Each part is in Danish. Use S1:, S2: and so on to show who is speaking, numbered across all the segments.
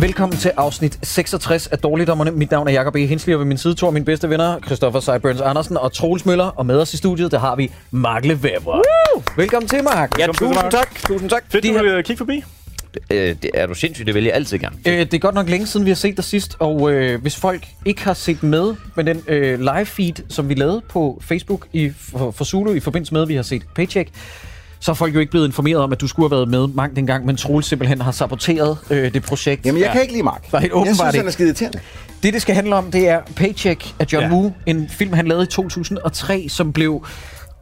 S1: Velkommen til afsnit 66 af Dårligdommerne. Mit navn er Jakob E. Hensli, og ved min side to af mine bedste venner, Christoffer Seiburns Andersen og Troels Møller. Og med os i studiet, der har vi Mark Levever. Velkommen til, Mark.
S2: Ja, tusind tak. Tusind tak. Fedt,
S1: De
S2: du
S1: her-
S2: vil øh, kigge forbi.
S3: Øh, det er du sindssyg, det vil jeg altid gerne.
S1: Øh, det er godt nok længe siden, vi har set dig sidst, og øh, hvis folk ikke har set med med den øh, live feed, som vi lavede på Facebook i, for, for Zulu i forbindelse med, at vi har set Paycheck, så er folk jo ikke blevet informeret om, at du skulle have været med mange dengang, men Troels simpelthen har saboteret øh, det projekt.
S4: Jamen, jeg ja. kan ikke lide Mark.
S1: Nej, åbenbart
S4: jeg synes,
S1: ikke.
S4: han er skide irriterende.
S1: Det, det skal handle om, det er Paycheck af John ja.
S2: Ja.
S1: Woo. En film, han lavede i 2003, som blev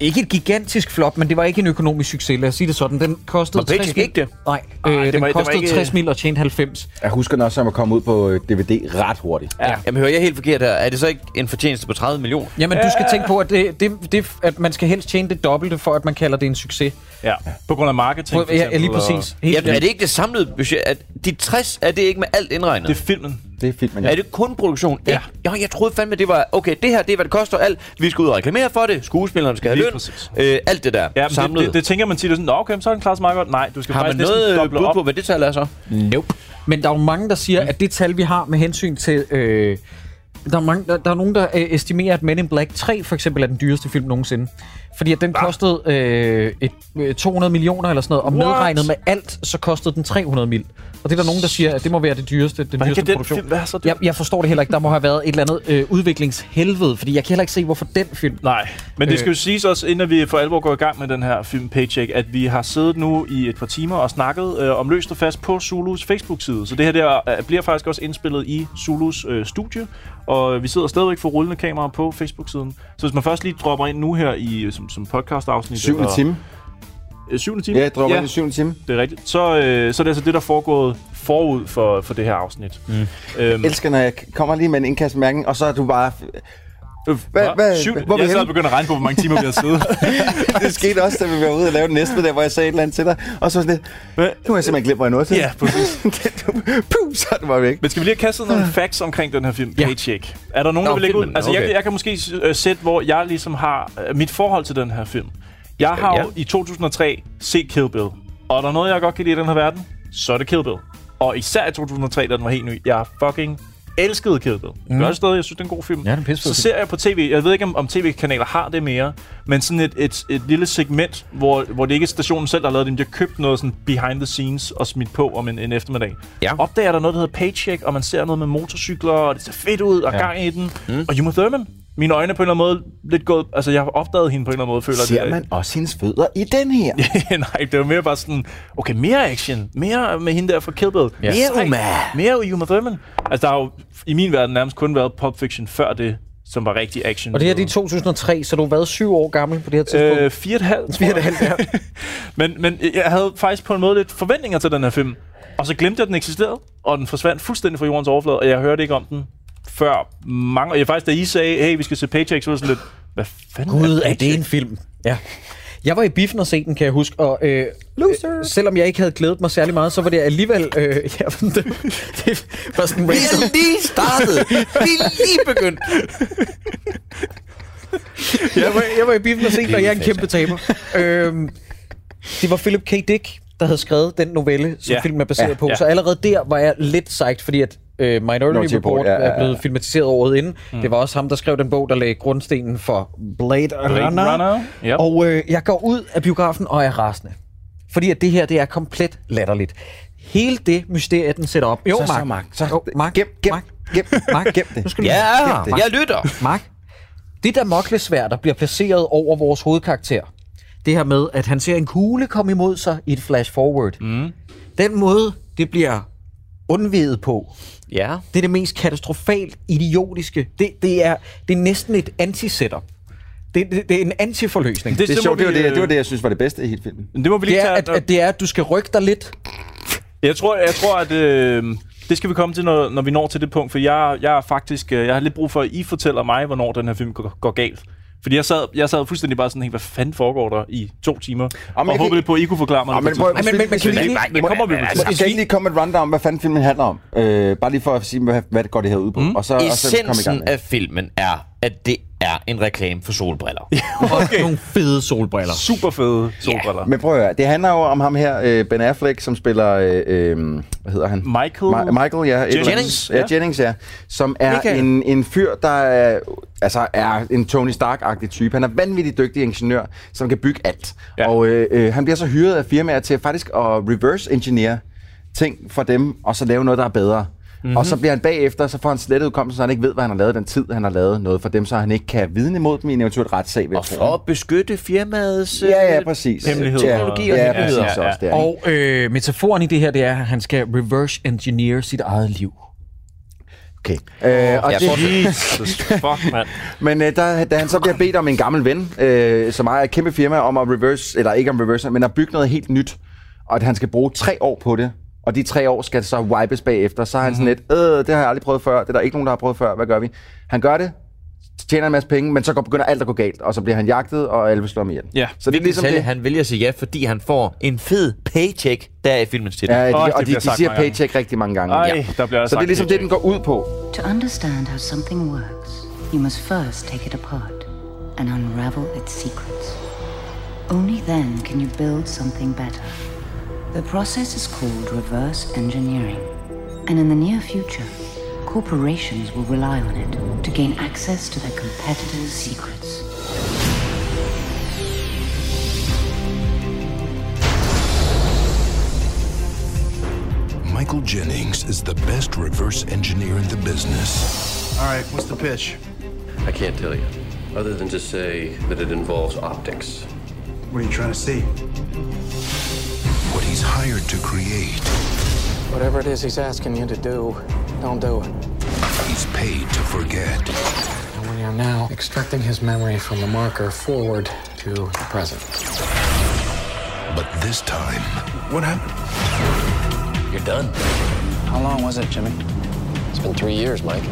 S1: ikke et gigantisk flop, men det var ikke en økonomisk succes. Lad os sige det sådan. Den kostede
S2: Var Paycheck
S1: 60 mil-
S2: ikke det?
S1: Nej, øh,
S2: Ej, det
S1: den
S2: var- det var
S1: kostede
S2: ikke-
S1: 60 mil og tjente 90.
S4: Jeg husker den også, at man kom ud på øh, DVD ret hurtigt.
S2: Ja.
S3: Jamen hører jeg helt forkert her. Er det så ikke en fortjeneste på 30 millioner?
S1: Jamen, du skal tænke på, at, det, det, det, at man skal helst tjene det dobbelte, for at man kalder det en succes.
S2: Ja, på grund af marketing
S1: Prøv,
S2: for
S1: ja,
S2: eksempel.
S1: ja, lige præcis.
S2: Og
S1: Helt
S3: Jamen, er
S1: vildt.
S3: det ikke det samlede budget? Er de 60, er det ikke med alt indregnet?
S2: det er filmen.
S4: Det er fint, men
S3: Ja. Er
S4: jeg...
S3: det kun produktion?
S2: Ja.
S3: Jo, jeg troede fandme, det var, okay, det her, det er, hvad det koster alt. Vi skal ud og reklamere for det. Skuespillerne skal have
S2: Lige
S3: løn.
S2: præcis.
S3: Øh, alt det der
S2: Ja, men
S3: samlet.
S2: det, det, det, tænker man tit, det er sådan, "Nå, okay, men så er den klaret meget godt. Nej, du skal
S3: har man
S2: faktisk
S3: noget øh,
S2: doble
S3: bud
S2: op.
S3: på, hvad det tal er så?
S1: Nope. Men der er jo mange, der siger, at det tal, vi har med hensyn til... Øh, der, er mange, der, der er nogen, der øh, estimerer, at Men in Black 3 for eksempel er den dyreste film nogensinde. Fordi at den kostede øh, et, øh, 200 millioner eller sådan noget, og
S2: What?
S1: medregnet med alt, så kostede den 300 mil. Og det er der nogen, der siger, at det må være det dyreste, den
S2: Hvordan
S1: dyreste
S2: kan den
S1: produktion.
S2: film være så dyr?
S1: jeg, jeg forstår det heller ikke. Der må have været et eller andet øh, udviklingshelvede, fordi jeg kan heller ikke se, hvorfor den film...
S2: Nej, men
S1: Øh.
S2: det skal jo siges også, inden vi for alvor går i gang med den her film Paycheck, at vi har siddet nu i et par timer og snakket øh, om løst og fast på Zulus Facebook-side. Så det her der øh, bliver faktisk også indspillet i Zulus øh, studie, og øh, vi sidder stadigvæk for rullende kameraer på Facebook-siden. Så hvis man først lige dropper ind nu her i øh, som, som podcast-afsnit...
S4: Syvende
S2: eller-
S4: time.
S2: Øh, syvende time?
S4: Ja, jeg dropper ja. ind i syvende time.
S2: det er rigtigt. Så, øh, så er det altså det, der er foregået forud for, for det her afsnit. Mm. Øhm,
S4: Jeg elsker, når jeg kommer lige med en indkastmærken, og så er du bare... Hvad-
S2: hva,
S4: hvad-
S2: øh, syv,
S4: hvor er vi
S2: jeg sad
S4: henne?
S2: og begyndte at regne på, hvor mange timer vi har siddet.
S4: Det skete også, da vi var ude og lave den næste, der hvor jeg sagde et eller andet til dig. Og så var sådan lidt,
S2: Hvad?
S4: nu har jeg simpelthen glemt, hvor jeg nåede til.
S2: ja, præcis.
S4: Det- du- Puh, så er det bare væk.
S2: Men skal vi lige have kastet nogle facts omkring den her film,
S1: Ja.
S2: Paycheck? Er der nogen,
S3: Nå,
S2: der vil lægge ud?
S3: filmen,
S2: Altså, okay. jeg,
S3: okay.
S2: jeg kan måske øh, sætte, hvor jeg ligesom har øh, mit forhold til den her film. Jeg har
S3: ja.
S2: jo i 2003 set Kill Bill. Og er der noget, jeg godt kan lide i den her verden, så er det Kill Bill. Og især i 2003, da den var helt ny. Jeg fucking elskede Kill Bill. Mm. Gør det stadig. Jeg synes, det er en god film.
S1: Ja, det er en pissefed
S2: Så ser jeg på tv, jeg ved ikke, om, om tv-kanaler har det mere, men sådan et, et, et lille segment, hvor, hvor det ikke er stationen selv, der har lavet det, men de har købt noget sådan behind the scenes og smidt på om en, en eftermiddag.
S3: Ja.
S2: Opdager der noget, der hedder Paycheck, og man ser noget med motorcykler, og det ser fedt ud, og ja. gang i den. Mm. Og Uma Thurman, mine øjne på en eller anden måde lidt gået... Altså, jeg har opdaget hende på en eller anden måde, føler
S4: Ser
S2: det.
S4: man også hendes fødder i den her?
S2: Nej, det var mere bare sådan, okay, mere action, mere med hende der fra Kill Bill. Ja. Mere Uma. Mere Uma Thurman. Altså, der har jo i min verden nærmest kun været Pulp Fiction før det, som var rigtig action.
S1: Og det her, det er 2003, så du har været syv år gammel på det her tidspunkt.
S2: Øh, fire og et halvt, tror
S1: Fire og et
S2: jeg. men, men jeg havde faktisk på en måde lidt forventninger til den her film. Og så glemte jeg, at den eksisterede, og den forsvandt fuldstændig fra jordens overflade, og jeg hørte ikke om den før mange... Og jeg faktisk, da I sagde, hey, vi skal se Paycheck, så var jeg sådan lidt... Hvad fanden
S1: Gud, er
S2: Paycheck?"
S1: det en film? Ja. Jeg var i biffen og se den, kan jeg huske, og øh, øh, selvom jeg ikke havde glædet mig særlig meget, så var det alligevel... Øh, ja, det, det var sådan
S3: Vi
S1: random.
S3: er lige startet. vi er lige begyndt.
S1: Jeg var, jeg var i biffen og se den, og jeg er en kæmpe taber. Øh, det var Philip K. Dick, der havde skrevet den novelle, som
S2: Ja.
S1: filmen er baseret
S2: Ja,
S1: på,
S2: ja.
S1: så allerede der var jeg lidt psyched, fordi at øh, Minority
S4: Minority Report,
S1: Report
S4: ja, ja,
S1: er
S4: ja.
S1: blevet filmatiseret året inden. Det var også ham, der skrev den bog, der lagde grundstenen for Blade,
S2: Blade Runner. Yep.
S1: Og øh, jeg går ud af biografen og er rasende. Fordi at det her, det er komplet latterligt. Hele det mysterie, den sætter op. Jo,
S4: Så-
S1: Mark.
S4: så, Mark, så-
S1: jo, Mark.
S4: Gem- gem-
S1: Mark.
S4: gem-
S1: Mark.
S4: gem det.
S1: Nu skal du
S3: Ja,
S1: Gem det.
S3: jeg lytter.
S1: Mark. Det der moklesvær, der bliver placeret over vores hovedkarakter, det her med, at han ser en kugle komme imod sig i et flash forward. Mm. Den måde, det bliver undvedet på,
S3: Ja.
S1: det er det mest katastrofalt idiotiske. Det, det, er, det er næsten et anti-setup. Det, det, det er en anti-forløsning.
S4: Det er
S2: må
S4: sjovt, det var
S2: vi,
S4: det,
S2: øh,
S4: det var det, jeg synes var det bedste i hele filmen.
S2: Det må vi lige
S1: Det er,
S2: tage...
S1: at, at det er, at du skal rykke dig lidt.
S2: Jeg tror, jeg tror at øh, det Det skal vi komme til, når, når vi når til det punkt, for jeg, jeg er faktisk, øh, jeg har lidt brug for, at I fortæller mig, hvornår den her film går, går galt. Fordi jeg sad, jeg sad fuldstændig bare sådan, helt, hvad fanden foregår der i to timer? Og, og
S4: jeg kan-
S2: håbede lidt på, at I kunne forklare mig.
S4: Nå,
S2: det på
S4: men
S2: et
S4: prøv,
S2: tidspunkt.
S1: Ej, men- men- men kan vi lige-
S2: men kommer vi på
S4: Må-
S2: det?
S4: Skal jeg ikke lige komme med et rundown, hvad fanden filmen handler om? Øh, bare lige for at sige, hvad, hvad går det her ud på? Mm. Og så, og så komme i gang
S3: Essensen
S4: med.
S3: af filmen er, at det er en reklame for solbriller.
S1: Okay. Nogle fede solbriller.
S2: Super fede solbriller.
S4: Men prøv at høre, det handler jo om ham her, øh, Ben Affleck, som spiller, øh, øh, hvad hedder han?
S2: Michael-
S4: Mi- Michael, ja. et eller andet.
S3: Jennings,
S4: Ja,
S2: ja.
S4: Jennings, ja. Som er
S3: Michael.
S4: en, en fyr, der er, altså er en Tony Stark-agtig type. Han er vanvittigt dygtig ingeniør, som kan bygge alt.
S2: Ja.
S4: Ja. Og øh, øh, han bliver så hyret af firmaer til faktisk at reverse engineer ting for dem, og så lave noget, der er bedre. Mm-hmm. Og så bliver han bagefter, så får han slettet udkommelsen, så han ikke ved, hvad han har lavet den tid, han har lavet noget for dem, så han ikke kan vidne imod dem i en eventuel retssag. ved
S3: Og
S4: at få
S3: for at beskytte firmaets... øh,
S4: Ja, ja, præcis.
S2: hemmeligheder
S4: Ja,
S2: og-
S4: ja, ja, præcis ja, ja. også der. Og
S1: Og øh, metaforen i det her, det er, at han skal reverse engineer sit eget liv.
S4: okay. Øh, og
S3: Jeg
S4: det,
S3: tror-
S2: Jesus, fuck, mand.
S4: men øh, der, da han så bliver bedt om en gammel ven, øh, som ejer et kæmpe firma, om at reverse, eller ikke om reverse, men at bygge noget helt nyt, og at han skal bruge tre år på det, og de tre år skal så wipes bagefter, så er han
S2: Mhm.
S4: sådan lidt, øh, det har jeg aldrig prøvet før, det er der ikke nogen, der har prøvet før, hvad gør vi? Han gør det, tjener en masse penge, men så går, begynder alt at gå galt, og så bliver han jagtet, og alle vil slå ham ihjel.
S2: Ja.
S4: Så det er ligesom
S3: Detalje,
S4: det.
S3: Han vælger at sige ja, fordi han får en fed paycheck, der er i filmens titel.
S4: Ja, de,
S2: Åh, det
S4: og de,
S2: bliver
S4: de
S2: sagt
S4: siger
S2: mange gange.
S4: paycheck rigtig mange gange.
S2: Ej,
S4: ja.
S2: der bliver der
S4: så det
S2: sagt
S4: er ligesom det, den
S2: paycheck.
S4: går ud på.
S5: To understand how something works, you must first take it apart and unravel its secrets. Only then can you build something better. The process is called reverse engineering, and in the near future, corporations will rely on it to gain access to their competitors' secrets.
S6: Michael Jennings is the best reverse engineer in the business.
S7: All right, what's the pitch?
S8: I can't tell you, other than to say that it involves optics.
S7: What are you trying to see?
S6: What he's hired to create,
S9: Whatever it is he's asking you to do, don't do it.
S6: he's paid to forget.
S9: And we are now extracting his memory from the marker forward to the present.
S6: But this time,
S7: What happened?
S8: You're done.
S9: How long was it, Jimmy?
S8: It's been three years, Mike.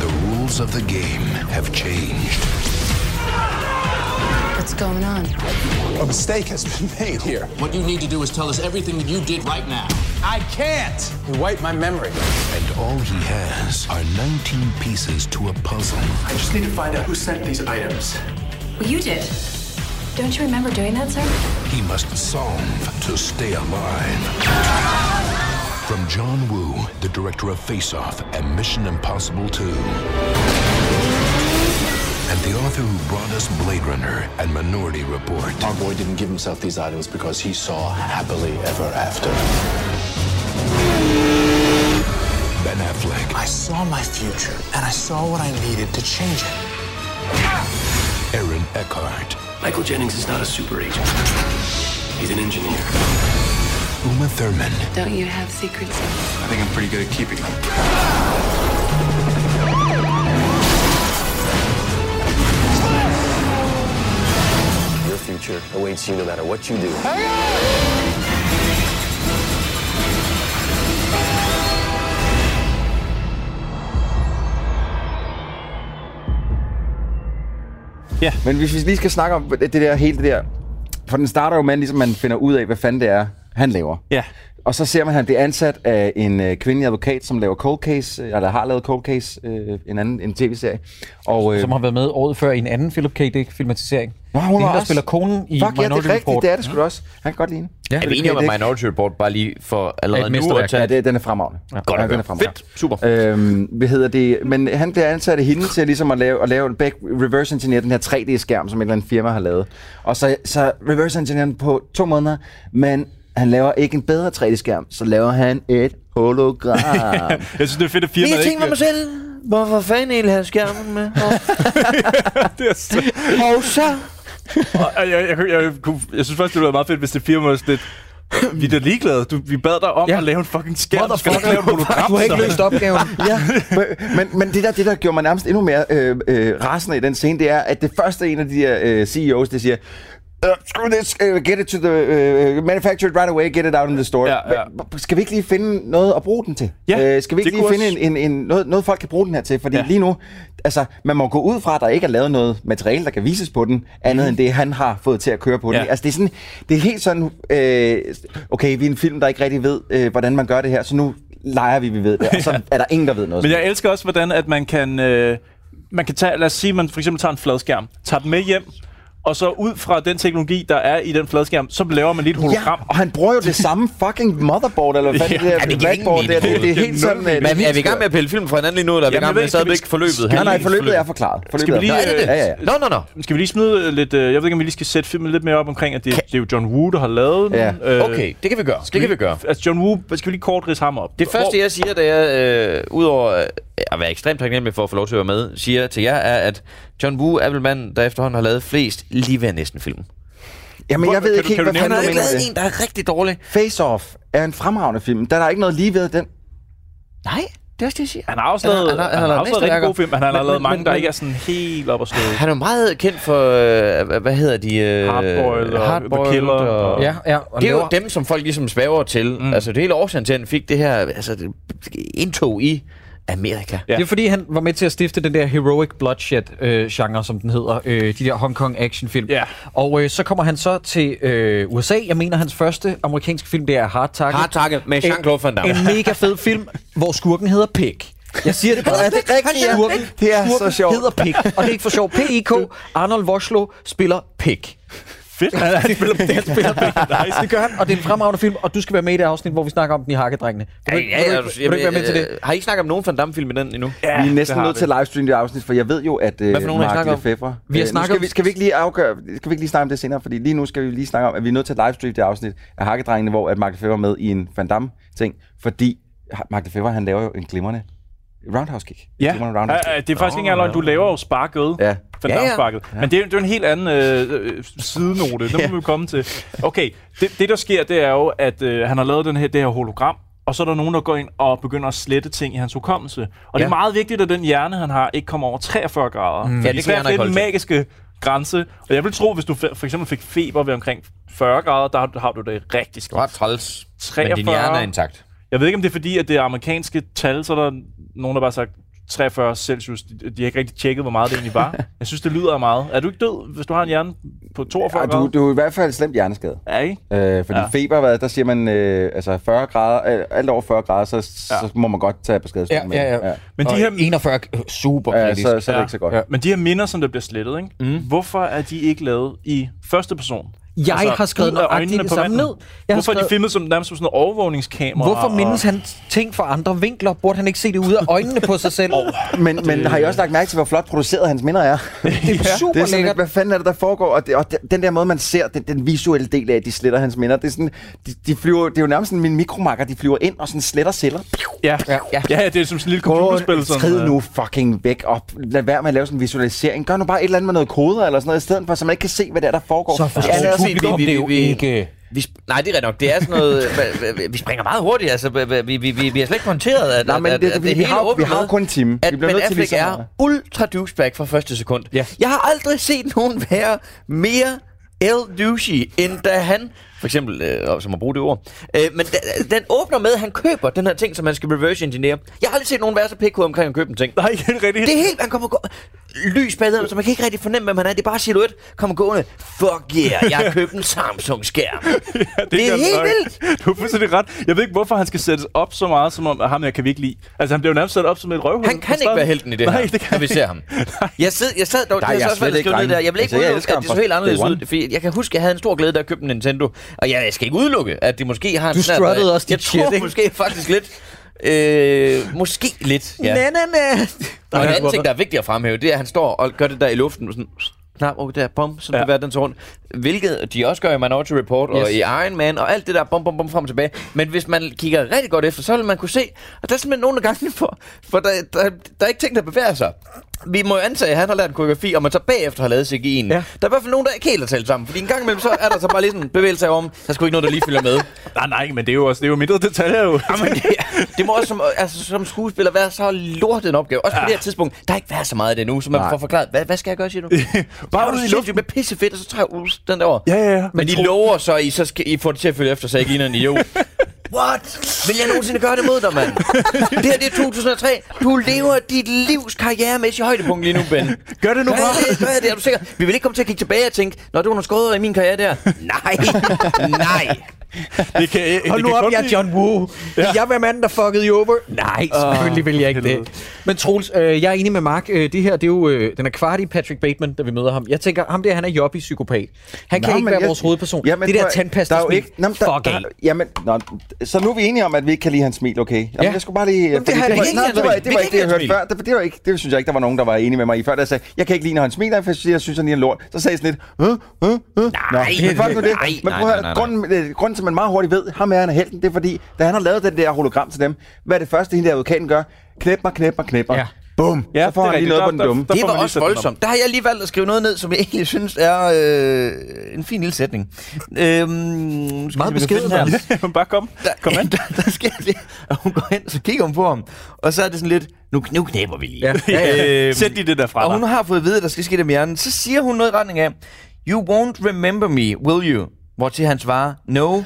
S6: the rules of the game have changed.
S5: What's going on?
S7: A mistake has been made here.
S8: What you need to do is tell us everything that you did right now.
S7: I can't!
S9: He wiped my memory.
S6: And all he has are 19 pieces to a puzzle.
S7: I just need to find out who sent these items.
S10: Well, you did. Don't you remember doing that, sir?
S6: He must solve to stay alive. From John Woo, the director of Face Off and Mission Impossible 2. And the author who brought us Blade Runner and Minority Report.
S7: Our boy didn't give himself these items because he saw happily ever after.
S6: Ben Affleck,
S7: I saw my future, and I saw what I needed to change it.
S6: Aaron Eckhart,
S8: Michael Jennings is not a super agent. He's an engineer.
S6: Uma Thurman,
S10: Don't you have secrets?
S7: I think I'm pretty good at keeping them.
S8: Your future awaits you no matter what you do.
S4: Men hvis vi lige skal snakke om det der hele det der. For den starter jo med, at ligesom man finder ud af, hvad fanden det er, han laver.
S2: Ja.
S4: Og så ser man, at han bliver ansat af en øh, kvindelig advokat, som laver cold case, øh, eller har lavet cold case, øh, en anden en tv-serie. Og, øh,
S1: Som har været med året før i en anden Philip K. Dick-filmatisering. det er
S4: Nå, hun var
S1: hende, der
S4: også-
S1: spiller konen i
S4: Fuck, ja, det
S1: Minority
S4: er rigtigt,
S1: Report.
S4: det er det sgu da også. Han kan godt lide hende.
S3: Er vi enige om, at Minority Report bare lige for allerede
S1: Et
S3: nu
S1: mesterværk.
S3: at tage
S4: Ja, det, den er fremragende. Ja,
S3: Godt
S4: ja,
S3: at
S4: den er
S3: høre.
S4: fremragende.
S3: Fedt. Super.
S4: Øhm, hvad hedder det? Men han bliver ansat af hende til ligesom at lave, at lave en back, reverse engineer, den her 3D-skærm, som et eller andet firma har lavet. Og så, så reverse engineeren på to måneder, men han laver ikke en bedre 3D-skærm, så laver han et hologram.
S2: Jeg synes, det er fedt, at firmaet
S3: Lige tænk
S2: ikke...
S3: med mig selv. Hvorfor fanden egentlig have skærmen med?
S2: Det er så-
S3: Og så...
S2: Og jeg, jeg, jeg, jeg, kunne, jeg synes faktisk, det ville være meget fedt, hvis det firma også lidt... Vi er da ligeglade. Du, vi bad dig om ja.
S1: Ja.
S2: at lave en fucking skærm. Du skal
S1: Motherfucker,
S2: ikke lave et hologram.
S1: Du har ikke
S2: så.
S1: løst opgaven.
S4: ja, men, men det, der, det, der gjorde mig nærmest endnu mere øh, øh, rasende i den scene, det er, at det første en af de her øh, CEOs, E der siger, Uh, screw this, uh, get it to the uh, manufactured right away, get it out in the store.
S2: Ja, ja.
S4: Men, b- Skal vi ikke lige finde noget at bruge den til?
S2: Ja,
S4: Øh, skal vi ikke
S2: det
S4: lige
S2: kunne
S4: finde en,
S2: også-
S4: en, en, noget, noget, folk kan bruge den her til? Fordi
S2: Ja.
S4: ja. lige nu, altså, man må gå ud fra, at der ikke er lavet noget materiale, der kan vises på den, andet end det, han har fået til at køre på den.
S2: Mhm. Ja.
S4: Altså, det er, sådan, det er helt sådan, øh, okay, vi er en film, der ikke rigtig ved, øh, hvordan man gør det her, så nu leger vi, vi ved det, og så er der ingen, der ved noget.
S2: Men jeg elsker også, hvordan at man kan... Øh, man kan tage, lad os sige, at man for eksempel tager en fladskærm, tager den med hjem, og så ud fra den teknologi, der er i den fladskærm, så laver man lige et
S4: Ja,
S2: hologram.
S4: og han bruger jo det samme fucking motherboard, eller hvad fanden
S2: Ja,
S4: det
S2: det
S4: der
S2: giver ingen
S4: blackboard der,
S2: mening.
S4: det, det er helt sådan... øh,
S3: Men er vi- er vi i gang
S4: skørt.
S3: med at pille film fra hinanden lige nu, eller er vi i
S2: Jamen,
S3: gang med
S2: jeg ved ikke,
S3: stadigvæk
S2: skal vi-
S3: forløbet?
S2: skal
S4: Nej, nej,
S3: handlingen?
S4: forløbet er forklaret. Forløbet
S2: Skal vi
S4: er
S2: lige,
S4: forklaret.
S2: øh,
S4: ja, ja,
S3: Nå,
S4: ja.
S3: nå, nå.
S2: Skal vi lige smide øh, lidt... Øh, jeg ved ikke, om vi lige skal sætte filmen lidt mere op omkring, at det, det er jo John Woo, der har lavet den.
S4: Ja.
S2: Øh,
S3: Okay, det kan vi gøre. Det kan vi
S4: Øh,
S3: gøre.
S2: Altså, John Woo, skal vi lige kort ridse ham op?
S3: Det første, jeg siger, da jeg, øh, udover øh, at være ekstremt taknemmelig for at få lov til at være med, siger til jer, er, at John Woo er vel manden, der efterhånden har lavet flest lige ved næsten film.
S4: Jamen, jeg
S2: Hvor-
S4: ved
S2: kan
S4: ikke
S2: du-
S4: helt,
S2: kan
S4: hvad
S2: du
S4: fanden
S2: nævne
S4: du
S2: noget?
S4: mener med
S3: lavet
S4: det.
S3: en, der er rigtig dårlig.
S4: Face Off er en fremragende film. Der er der ikke noget lige ved den.
S3: Nej, det er også det, jeg siger.
S2: Han har også lavet, han har, han har,
S3: lavet
S2: også lavet rigtig
S3: mesterværker.
S2: gode film, men han har
S3: Men-
S2: lavet
S3: men-
S2: mange,
S3: men-
S2: der
S3: men-
S2: ikke er sådan helt op og stå.
S3: Han er jo meget kendt for, øh, hvad- hvad hedder de? Øh,
S2: Hardboiled og The Killer og-
S1: Ja, ja. Og
S3: Det er jo
S1: laver-
S3: dem, som folk ligesom svæver til. Mm. Altså, det hele årsagen til, at han fik det her altså, det- indtog i Amerika.
S1: Ja. Det er fordi, han var med til at stifte den der heroic bloodshed-genre, som den hedder. Øh, de der Hong Kong actionfilm.
S2: Ja.
S1: Og øh, så kommer han så til øh, USA. Jeg mener, hans første amerikanske film, det er Hard Target.
S3: Hard Target med Jean-Claude Van Damme.
S1: En, en mega fed film, hvor skurken hedder Pig. Jeg siger det bare.
S4: Er det rigtigt, ja?
S1: Skurken,
S4: Det er så
S1: skurken
S4: sjovt.
S1: hedder Pig. Og det er ikke for sjovt. P.I.K. Arnold Vosloo spiller Pig.
S2: Fedt, han, han spiller på det.
S1: Spiller Pig. Nice. Det gør han, og det er en fremragende film, og du skal være med i det afsnit, hvor vi snakker om den i Hakkedrengene. Vil du, ikke- vil du, ikke- vil du ikke være med til det?
S3: Har I ikke snakket om nogen Van Damme-film i den endnu?
S4: Ja, vi er
S2: det
S4: næsten
S2: har
S4: nødt til at livestream det afsnit, for jeg ved jo, at øh,
S3: Hvad for nogen har I
S4: Mark
S3: snakket om?
S4: Lefebvre...
S1: Vi har
S4: øh, nu
S1: snakket om-
S4: skal, vi, skal vi ikke lige afgøre... Skal vi ikke lige snakke om det senere? Fordi lige nu skal vi lige snakke om, at vi er nødt til at livestream det afsnit af Hakkedrengene, hvor at Mark Lefebvre er med i en Van Damme-ting, fordi ha- Mark Lefebvre, han laver jo en glimrende roundhouse kick.
S2: Ja,
S4: Glimrende roundhouse
S2: Ja,
S4: kick.
S2: ja, det er faktisk ikke engang løgn. Du laver jo sparket.
S4: Ja.
S2: Van
S3: Ja,
S2: Damme
S3: ja.
S2: sparket. Men det er, jo- det er jo en helt anden øh, øh, sidenote. Den må vi jo komme til. Okay, det, det der sker, det er jo, at øh, han har lavet den her, det her hologram, og så er der nogen, der går ind og begynder at slette ting i hans hukommelse. Og ja. det er meget vigtigt, at den hjerne, han har, ikke kommer over 43 grader. Mm.
S3: Ja, det kan jeg nok
S2: er den
S3: holde til.
S2: magiske grænse. Og jeg vil tro, hvis du f- for eksempel fik feber ved omkring 40 grader, der har, har du det rigtig
S3: Det
S2: skidt.
S3: var træls, men
S2: 43.
S3: din hjerne er intakt.
S2: Jeg ved ikke, om det er fordi, at det er amerikanske tal, så er der nogen, der bare har sagt 43 Celsius. De, de har ikke rigtig tjekket, hvor meget det egentlig var. Jeg synes, det lyder af meget. Er du ikke død, hvis du har en hjerne på 42
S4: Ja,
S2: grader?
S4: du, du er i hvert fald slemt hjerneskade.
S2: Ja, ikke?
S4: Øh, fordi
S2: Ja.
S4: ja. feber, hvad, der siger man, øh, altså 40 grader, øh, alt over 40 grader, så, ja. så må man godt tage på skadestuen.
S1: Ja, ja, ja.
S2: Men de
S1: Og
S2: her-
S1: 41 øh, super
S4: ja
S1: kritisk.
S4: så, så er det ikke så godt. Ja.
S2: Men de her minder, som der bliver slettet, ikke? Mm. hvorfor er de ikke lavet i første person?
S1: Mhm. Jeg har skrevet
S2: Altså, ud af
S1: nøjagtigt
S2: øjnene
S1: det
S2: på
S1: samme
S2: manden.
S1: ned. Jeg har
S2: hvorfor er de
S1: skrevet-
S2: filmet som, nærmest som sådan noget overvågningskamera?
S1: Hvorfor mindes han ting fra andre vinkler? Burde han ikke se det ud af øjnene på sig selv?
S4: Men, men har I også lagt mærke til, hvor flot produceret hans minder er?
S1: Det er super
S4: det er sådan, lidt,
S1: lækkert.
S4: hvad fanden er det, der foregår? Og, det, og de- den der måde, man ser den, den visuelle del af, at de sletter hans minder, det er, sådan, de, de flyver, det er jo nærmest sådan min mikromarker, de flyver ind og sådan sletter celler.
S2: Ja. Ja. ja. ja, det er som sådan en lille computerspil. sådan,
S4: træd
S2: øh,
S4: nu fucking væk op. Lad være med at lave sådan en visualisering. Gør nu bare et eller andet med noget koder eller sådan noget, i stedet for, så man ikke kan se, hvad det er, der foregår.
S1: Så forstår
S4: det er
S1: du
S4: sådan-
S1: publikum det jo ikke.
S3: Vi sp- nej, det er rigtig nok. Det er sådan noget... hva- hva- hva- vi springer meget hurtigt, altså. hva- hva- Vi, vi, vi, vi har slet ikke håndteret, at,
S4: Nej, men
S3: at,
S4: det-
S3: at, at
S4: vi- vi
S3: hele
S4: har jo- vi
S3: åbner
S4: har jo
S3: med,
S4: kun en time.
S3: At vi
S4: Vi bliver
S3: Ben
S4: nødt til
S3: Affleck
S4: ligesom
S3: er
S4: at-
S3: ultra douchebag fra første sekund.
S1: Ja.
S3: Jeg har aldrig set nogen være mere El Douchey, end da han, for eksempel, øh, og som at bruge det ord, øh, men da, den åbner med, at han køber den her ting, som man skal reverse engineer. Jeg har aldrig set nogen være så pikkud omkring at købe en ting.
S2: Nej, ikke rigtigt.
S3: Det er helt, han kommer gå- lys bagved, så man kan ikke rigtig fornemme, hvem han er. Det er bare silhuet, kommer gående. Fuck yeah, jeg har købt en Samsung-skærm. ja, det, det
S2: gør
S3: er
S2: den
S3: helt
S2: nok.
S3: vildt.
S2: Du har fuldstændig ret. Jeg ved ikke, hvorfor han skal sættes op så meget, som om at ham jeg kan vi ikke lide. Altså, han bliver jo nærmest sat op som et røvhul.
S3: Han
S2: fra
S3: kan ikke
S2: starten.
S3: være helten i det
S2: Nej,
S3: her,
S2: det kan
S3: når vi
S2: han
S3: ser
S2: ikke.
S3: ham. Jeg, sad, jeg sad dog,
S4: Nej,
S3: Nej, jeg,
S4: jeg
S3: jeg
S4: er
S3: også
S4: slet
S3: valgt at
S4: ikke
S3: skrive ned
S4: drenge.
S3: der. Jeg vil ikke
S4: Altså, jeg
S3: udelukke,
S4: elsker
S3: at
S4: ham
S3: det
S4: fra
S3: så helt anderledes
S4: day
S3: ud.
S4: one.
S3: Fordi jeg kan huske, at jeg havde en stor glæde, da jeg købte en Nintendo. Og jeg, jeg skal ikke udelukke, at det måske har en
S1: Du
S3: snert af-
S1: struttede også
S3: Jeg
S1: dit shit,
S3: tror
S1: ikke?
S3: måske faktisk lidt. Øh, måske lidt, ja.
S1: Na, na, na.
S3: Og en
S2: Nej,
S3: anden
S2: hvorfor?
S3: ting, der er vigtig at fremhæve, det er, at han står og gør det der i luften, sådan knap over der, bum, så
S2: Ja.
S3: ja. bevæger den så rundt. Hvilket de også gør i Minority Report og
S1: Yes.
S3: i Iron Man og alt det der bum, bum, bum frem og tilbage. Men hvis man kigger rigtig godt efter, så vil man kunne se, at der er simpelthen nogle af gangene, for, for der, der, der, er ikke ting, der bevæger sig. vi må jo antage, at han har lært koreografi, og man så bagefter har lavet CGI'en. Ja. Der er i hvert fald nogen, der ikke helt har talt sammen, fordi en gang imellem, så er der så bare lige sådan en bevægelse af om, der skulle ikke noget, der lige følger med.
S2: nej, nej, men det er jo også det er jo mindre detaljer jo.
S3: Jamen, det, det, må også som, altså, som skuespiller være så lortet en opgave. Også på ja. det her tidspunkt, der har ikke været så meget af det nu, så man
S2: Nej.
S3: nej. får forklaret, hvad, hvad skal jeg gøre, siger du?
S2: bare
S3: ud i luften. med pissefedt, og så tager jeg uh, den derovre.
S2: Ja, ja, ja. Men
S3: Men I
S2: tro-
S3: lover så, at I, så skal, I får det til at følge efter, så jeg ikke ligner en idiot. What? Vil jeg nogensinde gøre det mod dig, mand? Det her, det er 2003. Du lever dit livs karrieremæssige højdepunkt lige nu, Ben.
S2: Gør det nu
S3: bare. Gør det, gør jeg det, er du sikker? Vi vil ikke komme til at kigge tilbage og tænke, når du har skåret i min karriere der. Nej, nej.
S2: Det kan, det
S1: Hold nu
S2: kan
S1: op,
S2: kun
S1: jeg er
S2: blive-
S1: John Woo. Ja. Vil jeg være manden, der fuckede you over? Nej, selvfølgelig vil jeg ikke det. Men Troels, øh, jeg er enig med Mark. Øh, det her, det er jo øh, den er kvart i Patrick Bateman, da vi møder ham. Jeg tænker, ham der, han er jobbie-psykopat. Han kan
S4: Nå,
S1: ikke
S4: men
S1: være
S4: jeg-
S1: vores hovedperson.
S4: Jamen,
S1: det der
S4: prøv-
S1: tandpasta
S4: der er jo ikke- Nå, men der-
S1: Fuck
S4: der-
S1: af.
S4: Jamen, nå, så nu er vi enige om, at vi ikke kan lide hans smil, okay? Jamen,
S1: Ja.
S4: jeg skulle bare lige...
S1: Jamen, det
S4: fordi
S1: har jeg
S4: var-
S1: ikke
S4: nej,
S1: hans
S4: det var
S1: smil.
S4: ikke
S1: Vi
S4: det, var
S1: kan
S4: ikke det, jeg
S1: ikke
S4: hørte
S1: lide
S4: før. Det, det, var ikke, det synes jeg ikke, der var nogen, der var enige med mig i før. Der sagde, jeg kan ikke lide, når han smiler, for jeg synes, jeg synes, han ligner lort. Så sagde jeg sådan lidt... Øh, øh, øh. Nej, men fuck nu det.
S3: nej,
S4: Men
S3: nej,
S4: prøv
S3: nej, nej,
S4: at høre, grunden, øh, grunden til, at man meget hurtigt ved, ham er han er helten, det er fordi, da han har lavet den der hologram til dem, hvad er det første, hende der advokaten gør? Knep mig, knep mig, knep mig.
S1: Ja.
S4: Bum.
S2: Ja,
S4: så får
S2: det er
S4: han lige
S2: rigtigt.
S4: noget
S2: Der-
S4: på den
S2: der-
S4: dumme.
S2: der-
S3: Det
S2: får
S3: var
S2: man lige
S3: også
S2: sætte den
S3: voldsomt. Der har jeg lige valgt at skrive noget ned, som jeg egentlig synes er øh, en fin lille sætning. Øhm, nu skal jeg se, om jeg kan
S1: beskeden,
S3: finde den her.
S1: altså.
S2: Men bare kom.
S3: Der,
S2: Kom an.
S3: der, der sker det, og hun går hen, så kigger hun på ham, og så er det sådan lidt, nu, nu knæber vi lige. Ja,
S2: Øh, Sæt lige det der fra
S3: og hun
S2: dig.
S3: har fået at vide, at der skal ske det med hjernen. Så siger hun noget i retning af, You won't remember me, will you? Hvortil han svarer, no.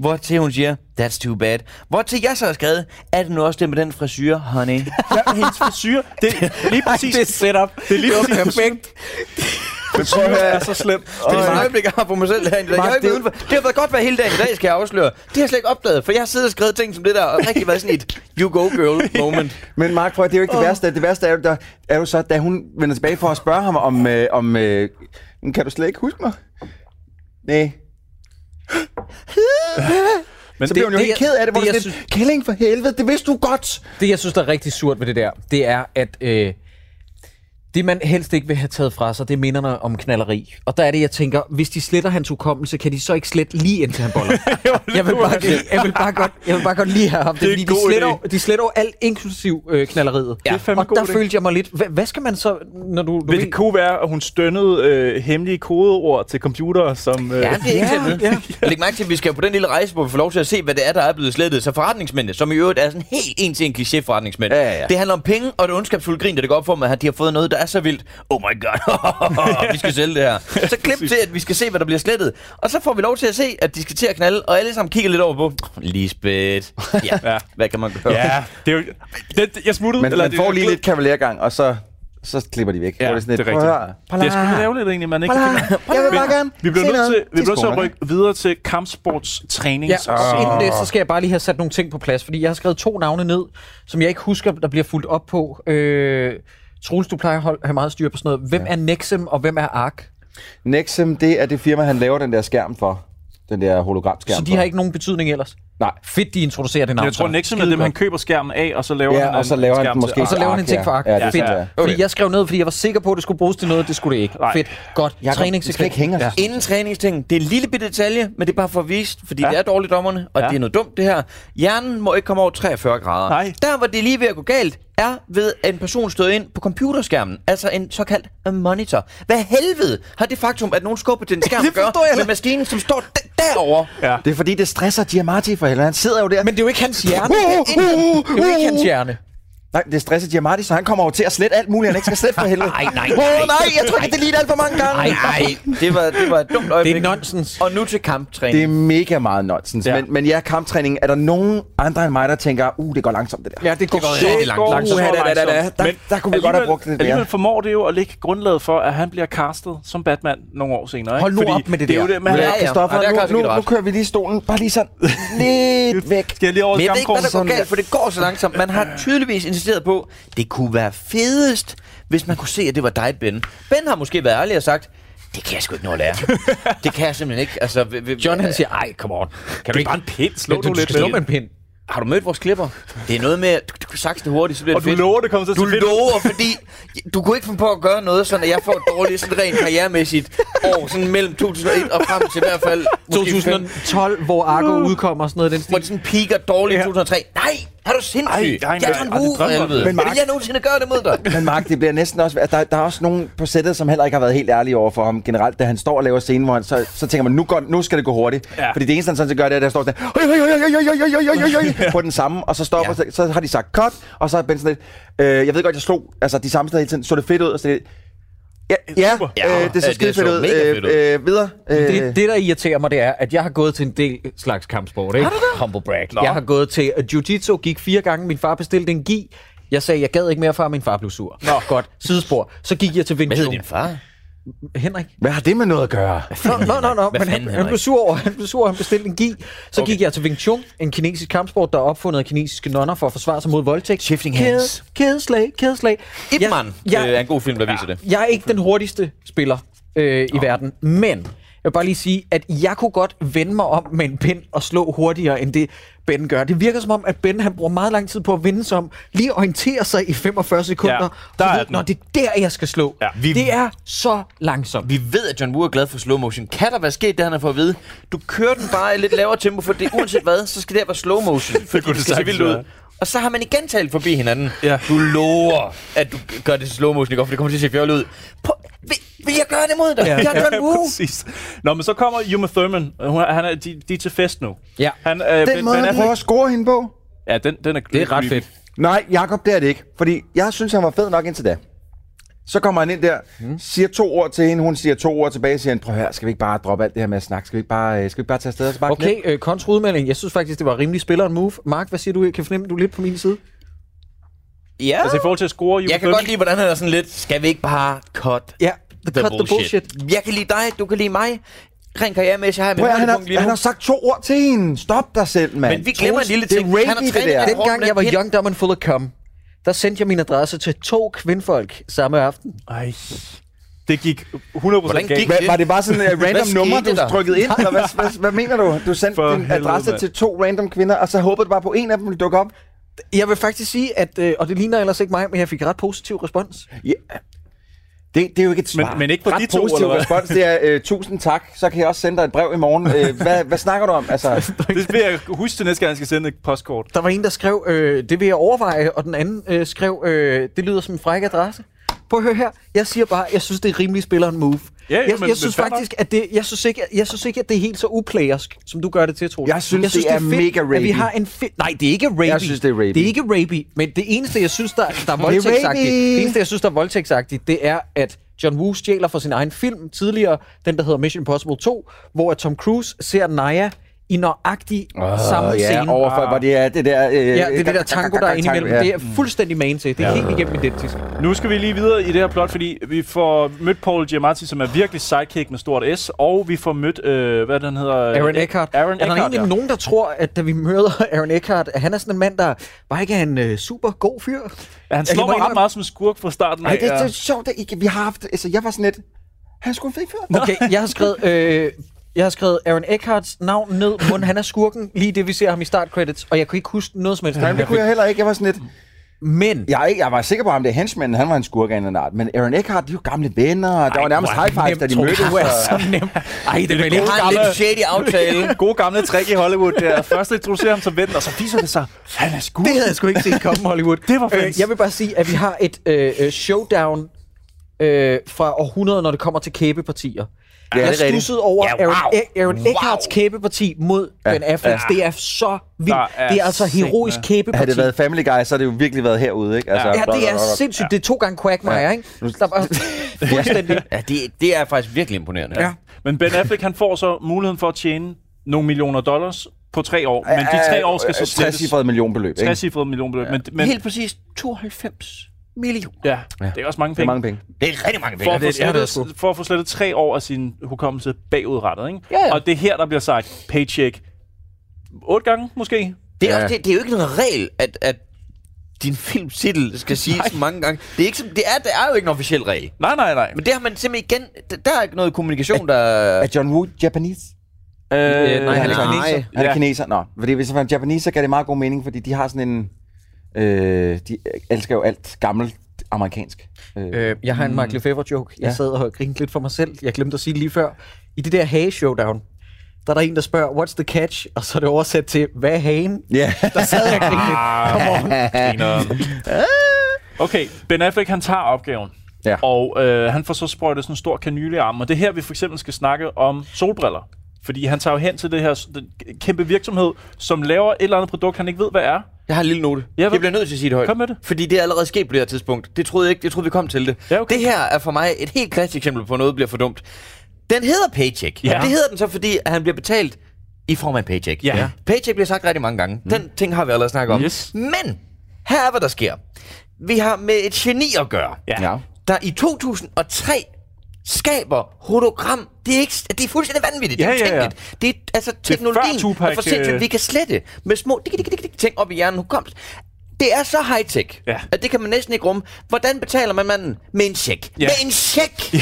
S3: Hvortil hun siger, that's too bad. Hvortil jeg så har skrevet, er det nu også det med den frisyr, honey?
S2: Ja, hendes frisyr, det er lige præcis...
S1: Det er setup.
S2: Det er lige præcis
S1: perfekt.
S2: frisyr er så slemt.
S3: Det er et øjeblik, jeg har på mig selv herinde. i dag. Jeg er ikke udenfor. Det har været godt været hele dagen i dag, skal jeg afsløre. Det har jeg slet ikke opdaget, for jeg har siddet og skrevet ting som det der, og rigtig været sådan et you go girl moment.
S4: Men Mark, prøv at, det er jo ikke det værste. Det værste er jo, der, er jo så, da hun vender tilbage for at spørge ham om... Øh, om øh, "Men kan du slet ikke huske mig? Nej.
S2: Men
S4: Så bliver hun jo
S1: det,
S4: helt
S1: jeg-
S4: ked af det, hvor
S1: det,
S4: det,
S1: jeg
S4: det synes... Kælling for helvede, det vidste du godt!
S1: Det, jeg synes, der er rigtig surt ved det der, det er, at øh, det, man helst ikke vil have taget fra sig, det er minderne om knalleri. Og der er det, jeg tænker, hvis de sletter hans hukommelse, kan de så ikke slette lige indtil han boller. jeg, vil bare, jeg, vil bare godt, jeg vil bare godt lige have ham. Det,
S2: Det
S1: det
S2: er
S1: er, fordi
S2: en
S1: de sletter,
S2: god idé.
S1: jo- de sletter jo alt, inklusiv øh, knalleriet.
S2: Det er fandme
S1: og
S2: god
S1: der
S2: idé.
S1: følte jeg mig lidt, hvad, hvad skal man så, når du... du
S2: Men det kunne være, at hun stønnede øh, hemmelige kodeord til computere, som... Øh,
S3: Ja, det er ikke
S1: Ja,
S3: yeah, yeah. Læg mærke til, at vi skal på den lille rejse, hvor vi får lov til at se, hvad det er, der er blevet slettet. Så forretningsmændene, som i øvrigt er sådan helt en til en kliché forretningsmænd.
S4: Ja, ja, ja.
S3: Det handler om penge og det ondskabsfulde grin, der det går op for mig, at de har fået noget, der er så vildt. Oh my god, vi skal sælge det her. Så klip til, at vi skal se, hvad der bliver slettet. Og så får vi lov til at se, at de skal til at knalde, og alle sammen kigger lidt over på. Lisbeth. Ja, hvad kan man gøre?
S2: Ja, det er jo... Det, jeg smuttede.
S4: Men man
S2: det-
S4: får lige
S2: glæd-
S4: lidt kavalergang, og så, så klipper de væk.
S2: Ja,
S4: Hvor
S2: det er
S4: "Prøv at
S2: rigtigt.
S4: høre,
S2: Det er sgu lidt ærgerligt egentlig, man ikke kan finde-
S4: Jeg vil bare
S2: Men
S4: gerne
S2: Vi bliver
S4: se
S2: nødt til,
S4: noget.
S2: vi bliver nødt til at
S4: Tidskronerne.
S2: rykke videre til kampsportstræning.
S4: Altså,
S1: Ja, og inden det,
S4: ah.
S1: så skal jeg bare lige have sat nogle ting på plads, fordi jeg har skrevet to navne ned, som jeg ikke husker, der bliver fuldt op på. Øh, Troels, du plejer at holde- have meget styr på sådan noget. Hvem ja. er Nexem, og hvem er Ark?
S4: Nexem, det er det firma, han laver den der skærm for. Den der hologramskærm
S1: Så de
S4: for.
S1: har ikke nogen betydning ellers?
S4: Nej.
S1: Fedt, de introducerer det navn.
S2: Jeg tror,
S1: så.
S2: Nexen er dem, han køber skærmen af, og så laver han
S4: Ja, og så laver han
S2: skærm
S4: den måske.
S2: til-
S1: Og så laver han en
S4: Ark,
S1: ting for
S4: ja.
S1: Ark.
S4: Ja, det er
S1: Fedt.
S4: sådan, ja.
S1: Fordi jeg skrev ned, fordi jeg var sikker på, at det skulle bruges til noget, det skulle det ikke.
S2: Nej.
S1: Fedt. Godt.
S4: Jakob, du skal ikke
S1: Træningssekvens.
S4: hænge os.
S3: Inden træningstingen, det er en lille bitte detalje, men det er bare for at vise, fordi
S2: Ja.
S3: ja. det er dårligt dommerne, og
S2: Ja.
S3: ja. det er noget dumt det her. Hjernen må ikke komme over 43 grader.
S2: Nej.
S3: Der, hvor det er lige ved at gå galt, er ved, at en person stod ind på computerskærmen, altså en såkaldt øh, monitor. Hvad helvede har det faktum, at nogen skubber til en skærm,
S1: Det
S3: gør
S1: forstår jeg
S3: med
S1: da.
S3: maskinen, som står d- derovre?
S2: Ja.
S4: Det er fordi, det stresser Giamatti for helvede. Han sidder jo der.
S1: Men det er jo ikke hans hjerne.
S4: Uh, uh,
S1: Det er
S4: uh,
S1: jo ikke hans hjerne.
S4: Nej, det stresser Giamatti, så han kommer over til at slette alt muligt, han ikke skal slette for helvede.
S3: Nej, nej, nej.
S4: Åh, nej, jeg tror, det lige alt for mange gange.
S3: Nej, det var, det var et dumt øjeblik.
S1: Det er nonsens.
S3: Og nu til kamptræning.
S4: Det er mega meget nonsens.
S2: Ja.
S4: Ja. Men, men ja, kamptræning, er der nogen andre end mig, der tænker, uh, det går langsomt det der?
S1: Ja, det går
S3: går
S1: så
S3: rigtig
S1: langt.
S3: langt.
S4: Uha, da, da, da, da. Der- der kunne vi godt have
S2: alligevel-
S4: brugt lidt mere.
S2: Alligevel formår det jo at lægge grundlaget for, at han bliver castet som Batman nogle år senere. ikke?
S1: Hold nu
S2: Fordi
S1: op med det
S2: det er jo
S1: der.
S2: det, man
S3: Ja, ja.
S4: Christoffer,
S3: Og der er Carsten
S4: nu, nu,
S3: Gild
S4: nu
S3: ret.
S4: kører vi lige stolen bare lige sådan lidt væk.
S2: Skal jeg lige over
S3: Men
S2: til
S3: jeg ved ikke, hvad der går
S2: Gamkrogen?
S3: galt, for det går så langsomt. Man har tydeligvis insisteret på, det kunne være fedest, hvis man kunne se, at det var dig, Ben. Ben har måske været ærlig og sagt, det kan jeg sgu ikke nå at lære. det kan jeg simpelthen ikke. Altså, vi, vi,
S1: John han siger, ej, come on. Kan
S2: Det er bare en pind. Slå
S1: du
S2: nu lidt
S1: skal slå
S2: med.
S1: med en pind.
S3: har du mødt vores klipper? Det er noget med, at du, du kan sakse det hurtigt, så bliver
S2: Og
S3: det
S2: du
S3: fedt.
S2: lover, det kommer til at
S3: Du
S2: se fedt ud.
S3: lover, fordi du kunne ikke finde på at gøre noget, sådan at jeg får et dårligt sådan rent karrieremæssigt år, sådan mellem 2001 og frem til i hvert fald måske
S1: 2012, hvor Argo udkommer og sådan noget. i Den
S3: hvor
S1: stil.
S3: det sådan peaker dårligt i 2003. Nej, Er du sindssyg?
S4: Ej, nej,
S3: jeg
S4: nej,
S3: tager en
S4: ej, det
S3: bue for
S4: drømmer jeg.
S3: helvede.
S4: Men Mark-
S3: Vil jeg nogensinde gøre det mod dig?
S4: Men Mark, det bliver næsten også... at Der, der er også nogen på sættet, som heller ikke har været helt ærlige over for ham generelt. Da han står og laver scenen, hvor han, så, så tænker man, nu, går, nu skal det gå hurtigt.
S2: Ja.
S4: Ja. Fordi det eneste, han sådan set gør, det er, at der står sådan, "Oi, oi, oi, oi, oi, oi, oi, oi, oi, oi," på den samme, og så stopper, ja. så, så, har de sagt cut, og så er Ben sådan lidt, øh, jeg ved godt, jeg slog altså, de samme steder hele tiden, så det fedt ud, og så det, ja, ja,
S1: Ja,
S4: øh, det
S1: det
S4: så
S1: så
S4: skide fedt ud,
S1: mega fedt ud.
S4: øh, øh, videre.
S1: Det, det, der irriterer mig, det er, at jeg har gået til en del slags kampsport. Ikke? Humble brag. Jeg har gået til øh, jiu-jitsu, gik fire gange, min far bestilte en gi. Jeg sagde, jeg gad ikke mere, far, min far blev sur. Nå. Godt, sidespor. Så gik jeg til Wing Chun. Hvad hed din
S3: far?
S1: Henrik.
S4: Hvad har det med noget at gøre?
S1: Nå, nå, nå, nå.
S4: Hvad
S1: men han,
S4: fanden,
S1: han, blev sur over, han blev sur over, han bestilte en gi. Så okay. gik jeg til Wing Chun, en kinesisk kampsport, der er opfundet af kinesiske nonner for at forsvare sig mod voldtægt. Shifting
S3: hands.
S1: Kædeslag, kædeslag.
S3: Ip Man
S1: jeg-
S3: øh, er en god film, der viser det.
S1: Jeg er ikke den hurtigste spiller øh, i verden, men jeg vil bare lige sige, at jeg kunne godt vende mig om med en pind og slå hurtigere, end det Ben gør. Det virker som om, at Ben han bruger meget lang tid på at vende sig om, lige orientere sig i 45 sekunder.
S3: Ja,
S1: Ja,
S3: der er den.
S1: Når det er der, jeg skal slå. Ja.
S3: Vi-
S1: Det er så langsomt.
S3: Vi ved, at John Woo er glad for slow motion. Kan der være sket det, han har fået at vide? Du kører den bare i lidt lavere tempo, for det uanset hvad, så skal det her være slow motion. For det,
S2: kunne det
S3: skal se
S2: sagtens
S3: vildt ud.
S2: være.
S3: Og så har man igen talt forbi hinanden. Ja. Du lover, at du gør det i slow motion, ikke? for det kommer til at se fjollet ud. Prøv- vil, vil jeg gøre det mod dig? Ja. Jeg er John Woo.
S2: præcis. Nå, men så kommer Uma Thurman. Hun, er- han er, de, de er til fest nu.
S1: Ja.
S2: Han, øh, Ben-
S4: Den måde,
S2: Ben
S1: altså-
S4: han prøver at
S2: Affleck-
S4: score hende på.
S2: Ja, den, den er
S1: Det er ret
S2: creepy.
S1: fedt.
S4: Nej, Jakob, det er det ikke. Fordi jeg synes, han var fed nok indtil da. Så kommer han ind der, siger to ord til hende, hun siger to ord tilbage, siger han, prøv her, skal vi ikke bare droppe alt det her med at snakke? Skal vi ikke bare, øh, skal vi ikke bare tage afsted og så bare
S1: Okay, øh, kontra udmelding. Jeg synes faktisk, det var rimelig spilleren move. Mark, hvad siger du? Jeg kan fornemme, du er lidt på min side.
S3: Ja.
S2: Altså i forhold til at score Uma
S3: Jeg kan
S2: Thurman-
S3: godt lide, hvordan han er sådan lidt. Skal vi ikke bare cut
S1: Ja, the cut the bullshit.
S3: Jeg kan lide dig, du kan lide mig. Rent karrieremæssigt har jeg
S4: Prøv
S3: min
S4: her, han,
S3: højdepunkt lige nu.
S4: har, han har sagt to ord til hende. Stop dig selv, mand.
S3: Men vi glemmer en lille ting.
S4: Det er
S3: Han har
S4: rapey, det
S3: trænet
S4: der.
S3: den
S1: Dengang jeg var young, dumb and full of cum, der sendte jeg min adresse til to kvindfolk samme aften.
S2: Ej. Det gik 100%
S3: Hvordan
S2: galt.
S3: gik
S4: Hva, var det bare sådan et
S3: Hvad
S4: random
S3: skete
S4: nummer, du
S3: der?
S4: trykkede ind? Eller hvad, hvad, hvad mener du? Du sendte
S2: For
S4: din
S2: helvede,
S4: adresse
S2: mand.
S4: til to random kvinder, og så håbede du bare på, at en af dem ville dukke op?
S1: Jeg vil faktisk sige, at, øh, og det ligner ellers ikke mig, men jeg fik ret positiv respons.
S4: Ja. Det, det er jo ikke et svar.
S2: Men- men ikke på
S4: Ret
S2: de to,
S4: positiv
S2: eller hvad?
S4: respons, det er, øh, tusind tak, så kan jeg også sende dig et brev i morgen. Øh, hvad, hvad snakker du om? Altså,
S2: Det vil jeg huske til næste gang, jeg skal sende et postkort.
S1: Der var en, der skrev, øh, det vil jeg overveje, og den anden øh, skrev, øh, det lyder som en fræk adresse. Prøv at høre her. Jeg siger bare, jeg synes, det er rimelig spilleren move.
S2: Ja, ja,
S1: jeg,
S2: men-
S1: jeg synes
S2: men fair
S1: faktisk, at det, jeg synes, ikke, jeg synes ikke, at det er helt så uplayersk, som du gør det til, Troels.
S4: Jeg synes, det er mega
S1: At vi
S4: rapey.
S1: har en fe- Nej, det er ikke rapey.
S4: Jeg synes, det er rapey.
S1: Det er ikke rapey, men det eneste, jeg synes, der, der er voldtægtsagtigt, det eneste, jeg synes, der er voldtægtsagtigt, det er, at John Woo stjæler fra sin egen film tidligere, den der hedder Mission Impossible 2, hvor at Tom Cruise ser Naya i nøjagtig oh, samme
S4: Åh,
S1: scene.
S4: Øh, overfor, hvor det er det der... Øh,
S1: Ja, det er det der tango, der er inde imellem. Det er fuldstændig man til. Det er helt igennem identisk.
S2: Nu skal vi lige videre i det her plot, fordi vi får mødt Paul Giamatti, som er virkelig sidekick med stort S, og vi får mødt, øh, hvad den hedder...
S1: Aaron Eckhart.
S2: Aaron
S1: er der
S2: Eckhart,
S1: egentlig
S2: ja.
S1: nogen, der tror, at da vi møder Aaron Eckhart, at han er sådan en mand, der bare ikke er en øh, super god fyr?
S2: Ja, Han
S1: Jeg kan bare
S2: slår mig ret
S1: indrømme-
S2: meget som skurk fra starten.
S4: Nej,
S2: af,
S4: det, det
S2: ja.
S4: er sjovt, at I, kan- vi har haft... Altså, jeg var sådan lidt... Han skulle fik før.
S1: Okay, jeg har skrevet... Øh, jeg har skrevet Aaron Eckharts navn ned, men han er skurken, lige det vi ser ham i startcredits, og jeg kunne ikke huske noget som helst.
S4: Nej, men det kunne jeg heller ikke. Jeg var sådan lidt...
S1: Men
S4: Jeg, er ikke- jeg var sikker på ham, det er henchmanden, han var en skurk af en eller anden art. Men Aaron Eckhart, de er jo gamle venner, og der var nærmest high five, da de mødtes.
S1: Du er
S4: og-
S1: så nem. Ej, det er vel ikke
S3: Jeg har en lidt shady aftale.
S2: Gode gamle trick i Hollywood der. Først introducerer ham som ven, og så viser det sig, han er skurk.
S1: Det havde jeg sgu ikke set komme, Hollywood.
S2: Det var fedt.
S1: Øh, jeg vil bare sige, at vi har et øh, øh, showdown øh, fra århundredet, når det kommer til kæbepartier. Ja,
S4: det er
S1: jeg
S4: rigtigt.
S1: stussede over
S3: Ja,
S1: ja, wow. Aaron,
S3: wow.
S1: E- Aaron Eckharts kæbeparti mod ja, Ben Affleck. Ja. Det er så vildt.
S2: Der er
S1: det er altså
S2: sikkert.
S1: heroisk
S4: Havde
S1: kæbeparti.
S4: det været Family Guy, så havde det jo virkelig været herude, ikke? Altså,
S1: Ja, det er sindssygt. Det er to gange Quagmire, ja. ikke? Der var fuldstændig...
S3: Ja, det, det er faktisk virkelig imponerende.
S1: Ja.
S2: Men Ben Affleck, han får så muligheden for at tjene nogle millioner dollars på tre år. Men de tre år
S4: Øh,
S2: skal så slettes.
S4: 60 millionbeløb, ikke?
S2: 60 millionbeløb. Men, men,
S3: Helt præcis 92 millioner.
S2: ja, det er også mange
S4: Det er
S2: penge.
S4: mange penge.
S3: Det er rigtig mange
S2: For
S3: penge.
S2: at, få
S1: det er det
S2: slettet, for at få slettet tre år af sin hukommelse bagudrettet. Ikke?
S3: Ja, ja.
S2: Og det er her, der bliver sagt paycheck otte gange måske.
S3: Det er, også, det, det er jo ikke en regel, at, at din filmtitel skal siges så mange gange. Det er, ikke, som- det, er, det er jo ikke en officiel regel.
S2: Nej, nej, nej.
S3: Men det har man simpelthen igen... d- Der er ikke noget kommunikation, der...
S4: Er John Woo Japanese?
S2: Øh,
S1: nej, han er
S3: nej.
S1: kineser.
S4: Han er
S2: Ja.
S4: kineser. Nå, fordi hvis han er japaneser, så gav det meget god mening, fordi de har sådan en... Øh, de elsker jo alt gammelt amerikansk. Øh,
S1: Øh, jeg har en Mark Lefebvre joke. Jeg
S4: Ja.
S1: sad og grinede lidt for mig selv. Jeg glemte at sige det lige før. I det der Hage Showdown, der er der en, der spørger, what's the catch? Og så er det oversat til, hvad er hagen?
S4: Ja.
S1: Der sad jeg
S2: Ah,
S1: klinket. Come on.
S2: griner. Okay, Ben Affleck han tager opgaven.
S4: Ja.
S2: Og øh, han får så sprøjtet sådan en stor kanyle i armen. Og det er her, vi for eksempel skal snakke om solbriller. Fordi han tager jo hen til det her s- den kæmpe virksomhed, som laver et eller andet produkt, han ikke ved, hvad er.
S3: Jeg har en lille note.
S2: Ja,
S3: Jeg,
S2: hvad-
S3: jeg bliver nødt til at sige det højt.
S2: Kom med det.
S3: Fordi det er allerede sket på det her tidspunkt. Det troede jeg ikke. Jeg troede, vi kom til det. Ja, okay. Det her er for mig et helt klassisk eksempel på, at noget bliver for dumt. Den hedder Paycheck.
S2: Ja.
S3: Ja. Det hedder den så, fordi at han bliver betalt i form af en paycheck.
S2: Ja. Mm.
S3: Paycheck bliver sagt rigtig mange gange. Den ting har vi allerede snakket om.
S2: Yes.
S3: Men her er, hvad der sker. Vi har med et geni at gøre,
S2: Ja.
S4: ja.
S3: der i 2003 skaber hologram. Det er, ikke, det er fuldstændig vanvittigt.
S2: Ja,
S3: det er
S2: ja, ja.
S3: utænkeligt. Det er, altså, teknologien
S2: Tupac,
S3: er for sindssygt.
S2: øh,
S3: Vi kan slette med små dik, dik, dik, dik, ting op i hjernen. Hukommelse. Det er så high-tech,
S2: Ja.
S3: at det kan man næsten ikke rumme. Hvordan betaler man manden? Med en check.
S2: Ja.
S3: Med en check!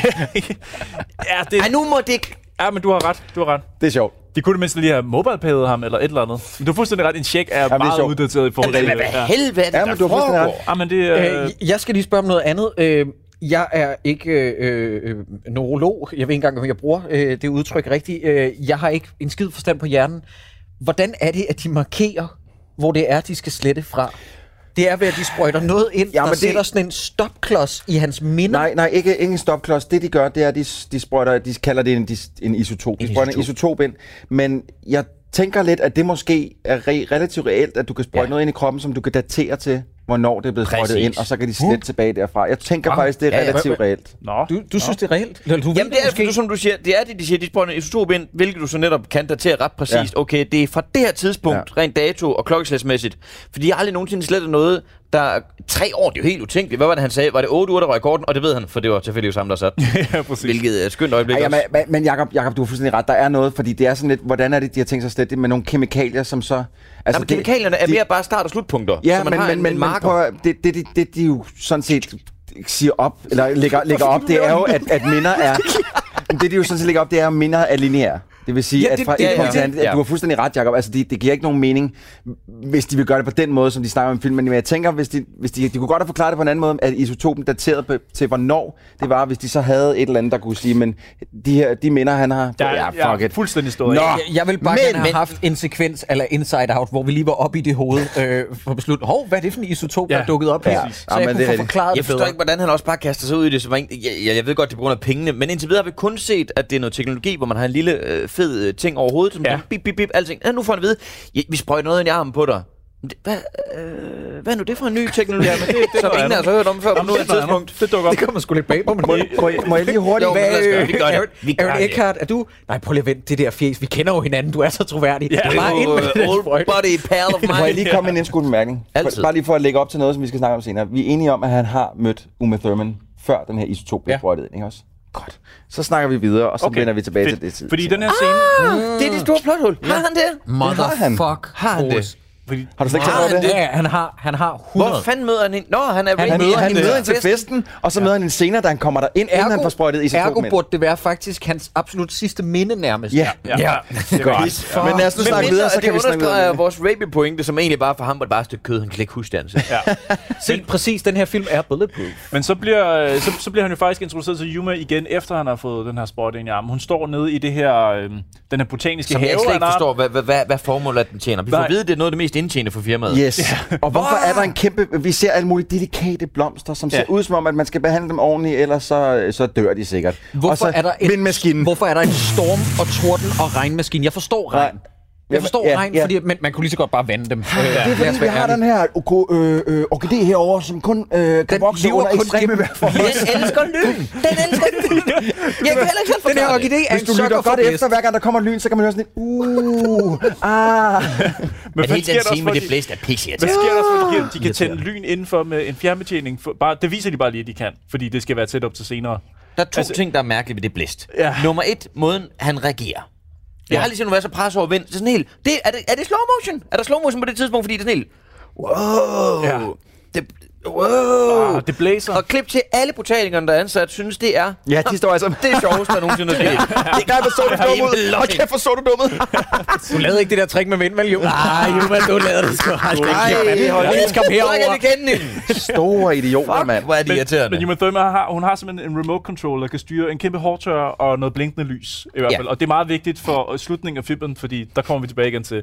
S2: ja, det,
S3: Ej, nu må det...
S2: ja, men du har ret. Du har ret.
S4: Det er sjovt.
S2: De kunne mindst lige have mobile ham, eller et eller andet. Men du har fuldstændig ret. En check er
S4: er
S2: meget
S4: sjovt.
S2: uddateret i forhold til...
S3: Hvad
S2: Ja.
S3: helvede er det,
S4: Ja,
S3: der
S4: men du har fuldstændig
S3: foregår?
S4: ret.
S2: Ja, men det er...
S1: Øh, jeg skal lige spørge om noget andet. Øh, jeg er ikke øh, øh, neurolog. Jeg ved ikke engang, om jeg bruger øh, det udtryk rigtigt. Øh, jeg har ikke en skid forstand på hjernen. Hvordan er det, at de markerer, hvor det er, de skal slette fra? Det er ved, at de sprøjter noget ind, ja,
S4: Ja,
S1: der
S4: men det-
S1: sætter sådan en stopklods i hans minder.
S4: Nej, nej, ikke, ikke en stopklods. Det, de gør, det er, at de, de sprøjter, de kalder det en, dis- en isotop. De
S1: En
S4: sprøjter en isotop ind. Men jeg tænker lidt, at det måske er re- relativt reelt, at du kan sprøjte
S3: Ja.
S4: noget ind i kroppen, som du kan datere til, hvornår det er blevet sprøjtet
S3: Præcis.
S4: ind, og så kan de slet tilbage derfra. Jeg tænker faktisk, det er
S3: ja, ja.
S4: relativt reelt.
S2: Nå.
S1: Du, du synes, det er reelt? Eller, du ved
S3: Jamen, det er,
S1: måske?
S3: måske... som du siger, det er det, de siger, de spår en isotop ind, hvilket du så netop kan datere ret præcist. Ja. Okay, det er fra det her tidspunkt, ja. rent dato og klokkeslæsmæssigt. Fordi jeg har aldrig nogensinde slettet noget, der... Tre år, det er jo helt utænkeligt. Hvad var det, han sagde? Var det otte uger, der røg i korten? Og det ved han, for det var tilfældigvis ham, der sat.
S2: Ja, præcis.
S3: hvilket er et skønt øjeblik
S4: Ej,
S3: ja,
S4: ja,
S3: også.
S4: men, men Jacob, Jacob, du har fuldstændig ret. Der er noget, fordi det er sådan lidt, hvordan er det, de har tænkt sig slet det med nogle kemikalier, som så...
S3: Altså,
S4: det-
S3: Jamen, kemikalierne er
S4: de-
S3: mere bare start- og slutpunkter.
S4: Ja,
S3: så man
S4: men,
S3: har
S4: men,
S3: en,
S4: men,
S3: en
S4: men
S3: marker.
S4: prøv, at- det, det, det, det, de jo sådan set siger op, eller lægger, lægger op, det er jo, at, at minder er... Det, de jo sådan set lægger op, det er, at minder er lineære. Det vil sige,
S3: Ja,
S4: ja, det,
S3: det-
S4: at fra
S3: ja,
S4: et punkt til
S3: ja.
S4: andet, at
S3: Ja.
S4: du har fuldstændig ret, Jacob. Altså, det, det giver ikke nogen mening, hvis de vil gøre det på den måde, som de snakker om i filmen. Men jeg tænker, hvis de, hvis de, de kunne godt have forklaret det på en anden måde, at isotopen dateret på, til, hvornår det var, hvis de så havde et eller andet, der kunne sige, men de, her, de minder, han har...
S2: Der er- jeg er fuldstændig stået af.
S1: Jeg, jeg vil bare
S4: Men-
S1: men, gerne have
S4: men-
S1: haft en sekvens eller Inside Out, hvor vi lige var oppe i det hoved øh, for beslut. Hov, hvad er det for en isotop, ja.
S2: Ja,
S1: der dukkede op
S4: ja.
S1: her?
S4: præcis.
S1: Så
S4: Ja,
S1: jeg
S4: men
S1: kunne
S4: det er
S1: få
S4: rigtigt.
S1: forklaret
S3: Jeg
S1: det
S3: forstår
S1: bedre.
S3: ikke, hvordan han også bare kaster sig ud i det. Som en, jeg, jeg, jeg ved godt, det er på grund af pengene, men indtil videre har vi kun set, at det er noget teknologi, hvor man har en lille øh, fed øh, ting over hovedet, som
S2: Ja.
S3: ja. bip, bip, bip, alting. Ja, nu får han at vide, ja, vi sprøjter noget ind i armen på dig. Men det- Hvad, øh, hvad er nu det for en ny teknologi, ja,
S2: det- det er
S3: som
S2: noget
S3: ingen af os har hørt om før på
S2: Jamen,
S3: nu
S2: det
S3: et
S2: er noget andet.
S3: tidspunkt?
S2: Det dukker op.
S1: Det kommer sgu lidt bag på, men
S4: Må, må, jeg- må jeg lige hurtigt...
S3: Jo, men lad os gøre
S1: Hvad,
S3: det. Vi gør det.
S1: Aaron,
S3: Vi gør
S1: Aaron
S3: det.
S1: Eckhart, er du... Nej, prøv lige at vente, det der fjes. Vi kender jo hinanden, du er så troværdig. Ja,
S3: Det
S1: det er bare ind med det
S3: er
S1: der
S3: jo, øh, old
S1: sprøjte.
S3: buddy, pal of
S4: Må jeg
S3: mine.
S4: lige komme med en indskudt bemærkning? For-
S3: Altid.
S4: Bare lige for at lægge op til noget, som vi skal snakke om senere. Vi er enige om, at han har mødt Uma Thurman, før den her isotop blev
S1: Ja.
S4: sprøjtet ind, ikke også? Godt. Så snakker vi videre, og så okay. vender vi tilbage
S2: Fedt.
S4: til det tid.
S2: Fordi i den her scene...
S3: Det er det store plothul. Har han det?
S1: Motherfuck.
S3: Har han det?
S2: Fordi,
S4: Har du slet ikke
S3: Har
S4: tænkt over
S3: han
S4: det?
S1: Ja, han har, han har 100.
S3: Hvor fanden møder han hende? Nå, han er
S4: Han møder, han møder hende til
S3: festen.
S4: festen, og så møder han hende senere, da han kommer derind, inden han får sprøjtet
S1: ergo
S4: isotopen ind.
S1: burde det være faktisk hans absolut sidste minde nærmest.
S4: Ja.
S2: ja, ja. det er godt.
S4: Men lad os nu
S3: Men
S4: snakke videre, så
S3: det
S4: kan vi snakke videre.
S3: understreger
S4: om det.
S3: vores rape-pointe, som egentlig bare for ham var det bare et stykke kød, han kan ikke huske det, han sagde.
S1: Se, præcis, den her film er bulletproof.
S2: Men så bliver, øh, så, så bliver han jo faktisk introduceret til Yuma igen, efter han har fået den her spot ind i armen. Hun står nede i det her, øh, den her botaniske
S3: Som
S2: have.
S3: jeg slet ikke
S2: han har.
S3: forstår, hvad, hvad, hvad, hvad formål er, den tjener. Vi får
S2: Nej.
S3: at vide, det er noget af det mest indtjenende for firmaet.
S4: Yes. Og hvorfor er der en kæmpe... Vi ser alle mulige delikate blomster, som ser
S2: Ja.
S4: ud som om, at man skal behandle dem ordentligt, ellers så, så dør de sikkert.
S1: Hvorfor,
S4: og så
S1: er der en,
S4: Vindmaskinen.
S1: hvorfor er der en storm og torden og regnmaskine? Jeg forstår regn.
S4: Nej.
S1: Jeg forstår
S4: Ja,
S1: regn,
S4: ja.
S1: fordi man, man kunne lige så godt bare vande dem. Øh,
S4: Det er
S1: lad os
S4: fordi, vi
S1: være
S4: har
S1: ærlige.
S4: den her oko- øh, øh, orkidé herover, som kun øh, kan
S1: Den
S4: vokse
S1: lever
S4: under
S1: kun
S4: ekstreme
S1: gennem
S4: vejrforhold.
S3: Den elsker lyn! Den elsker lyn! Jeg kan heller ikke selv
S1: Den her
S3: forklare det.
S1: orkidé er
S4: Hvis
S1: en
S4: du
S1: sukker
S4: lytter
S1: for
S4: godt
S1: blæst.
S4: efter, hver gang der kommer lyn, så kan man høre sådan et uh, ah.
S2: Men
S3: Men helt den
S2: hvad sker der også
S3: scene med
S2: for
S3: det
S2: de-
S3: blæst er pisse
S2: Hvad
S3: irriterende.
S2: sker der så, fordi de kan tænde lyn indenfor med en fjernbetjening? For, bare, det viser de bare lige, at de kan, fordi det skal være tæt op til senere.
S3: Der er to
S2: Altså-
S3: ting, der er mærkelige ved det blæst.
S2: Ja.
S3: Nummer et, måden han reagerer. Jeg har lige set nogen være så presset over vind. Så sådan helt, det, er, det, er det slow motion? Er der slow motion på det tidspunkt? Fordi det er sådan helt, wow.
S2: Ja.
S3: Det, Wow.
S2: Ah, det blæser.
S3: Og klip til alle brutalingerne, der er ansat, synes det er...
S4: Ja, de står altså...
S3: Det er sjoveste, der nogensinde er sket. Det
S4: gør, hvor så du dum ud.
S3: Hold kæft,
S4: hvor så du dum ud.
S1: Du lavede ikke det der trick med vindmæl, jo.
S11: Nej, Juba, du lavede det sgu aldrig.
S3: Nej, hold
S1: Jeg
S3: kæft,
S1: skal
S3: hvor
S1: herover.
S3: kan de kende hende?
S4: Store idioter, mand.
S3: Hvor er det irriterende.
S2: Men Uma Thurman har, hun har simpelthen en remote control, der kan styre en kæmpe hårdtørrer og noget blinkende lys. I hvert
S3: Ja.
S2: fald. Og det er meget vigtigt for slutningen af filmen, fordi der kommer vi tilbage igen til.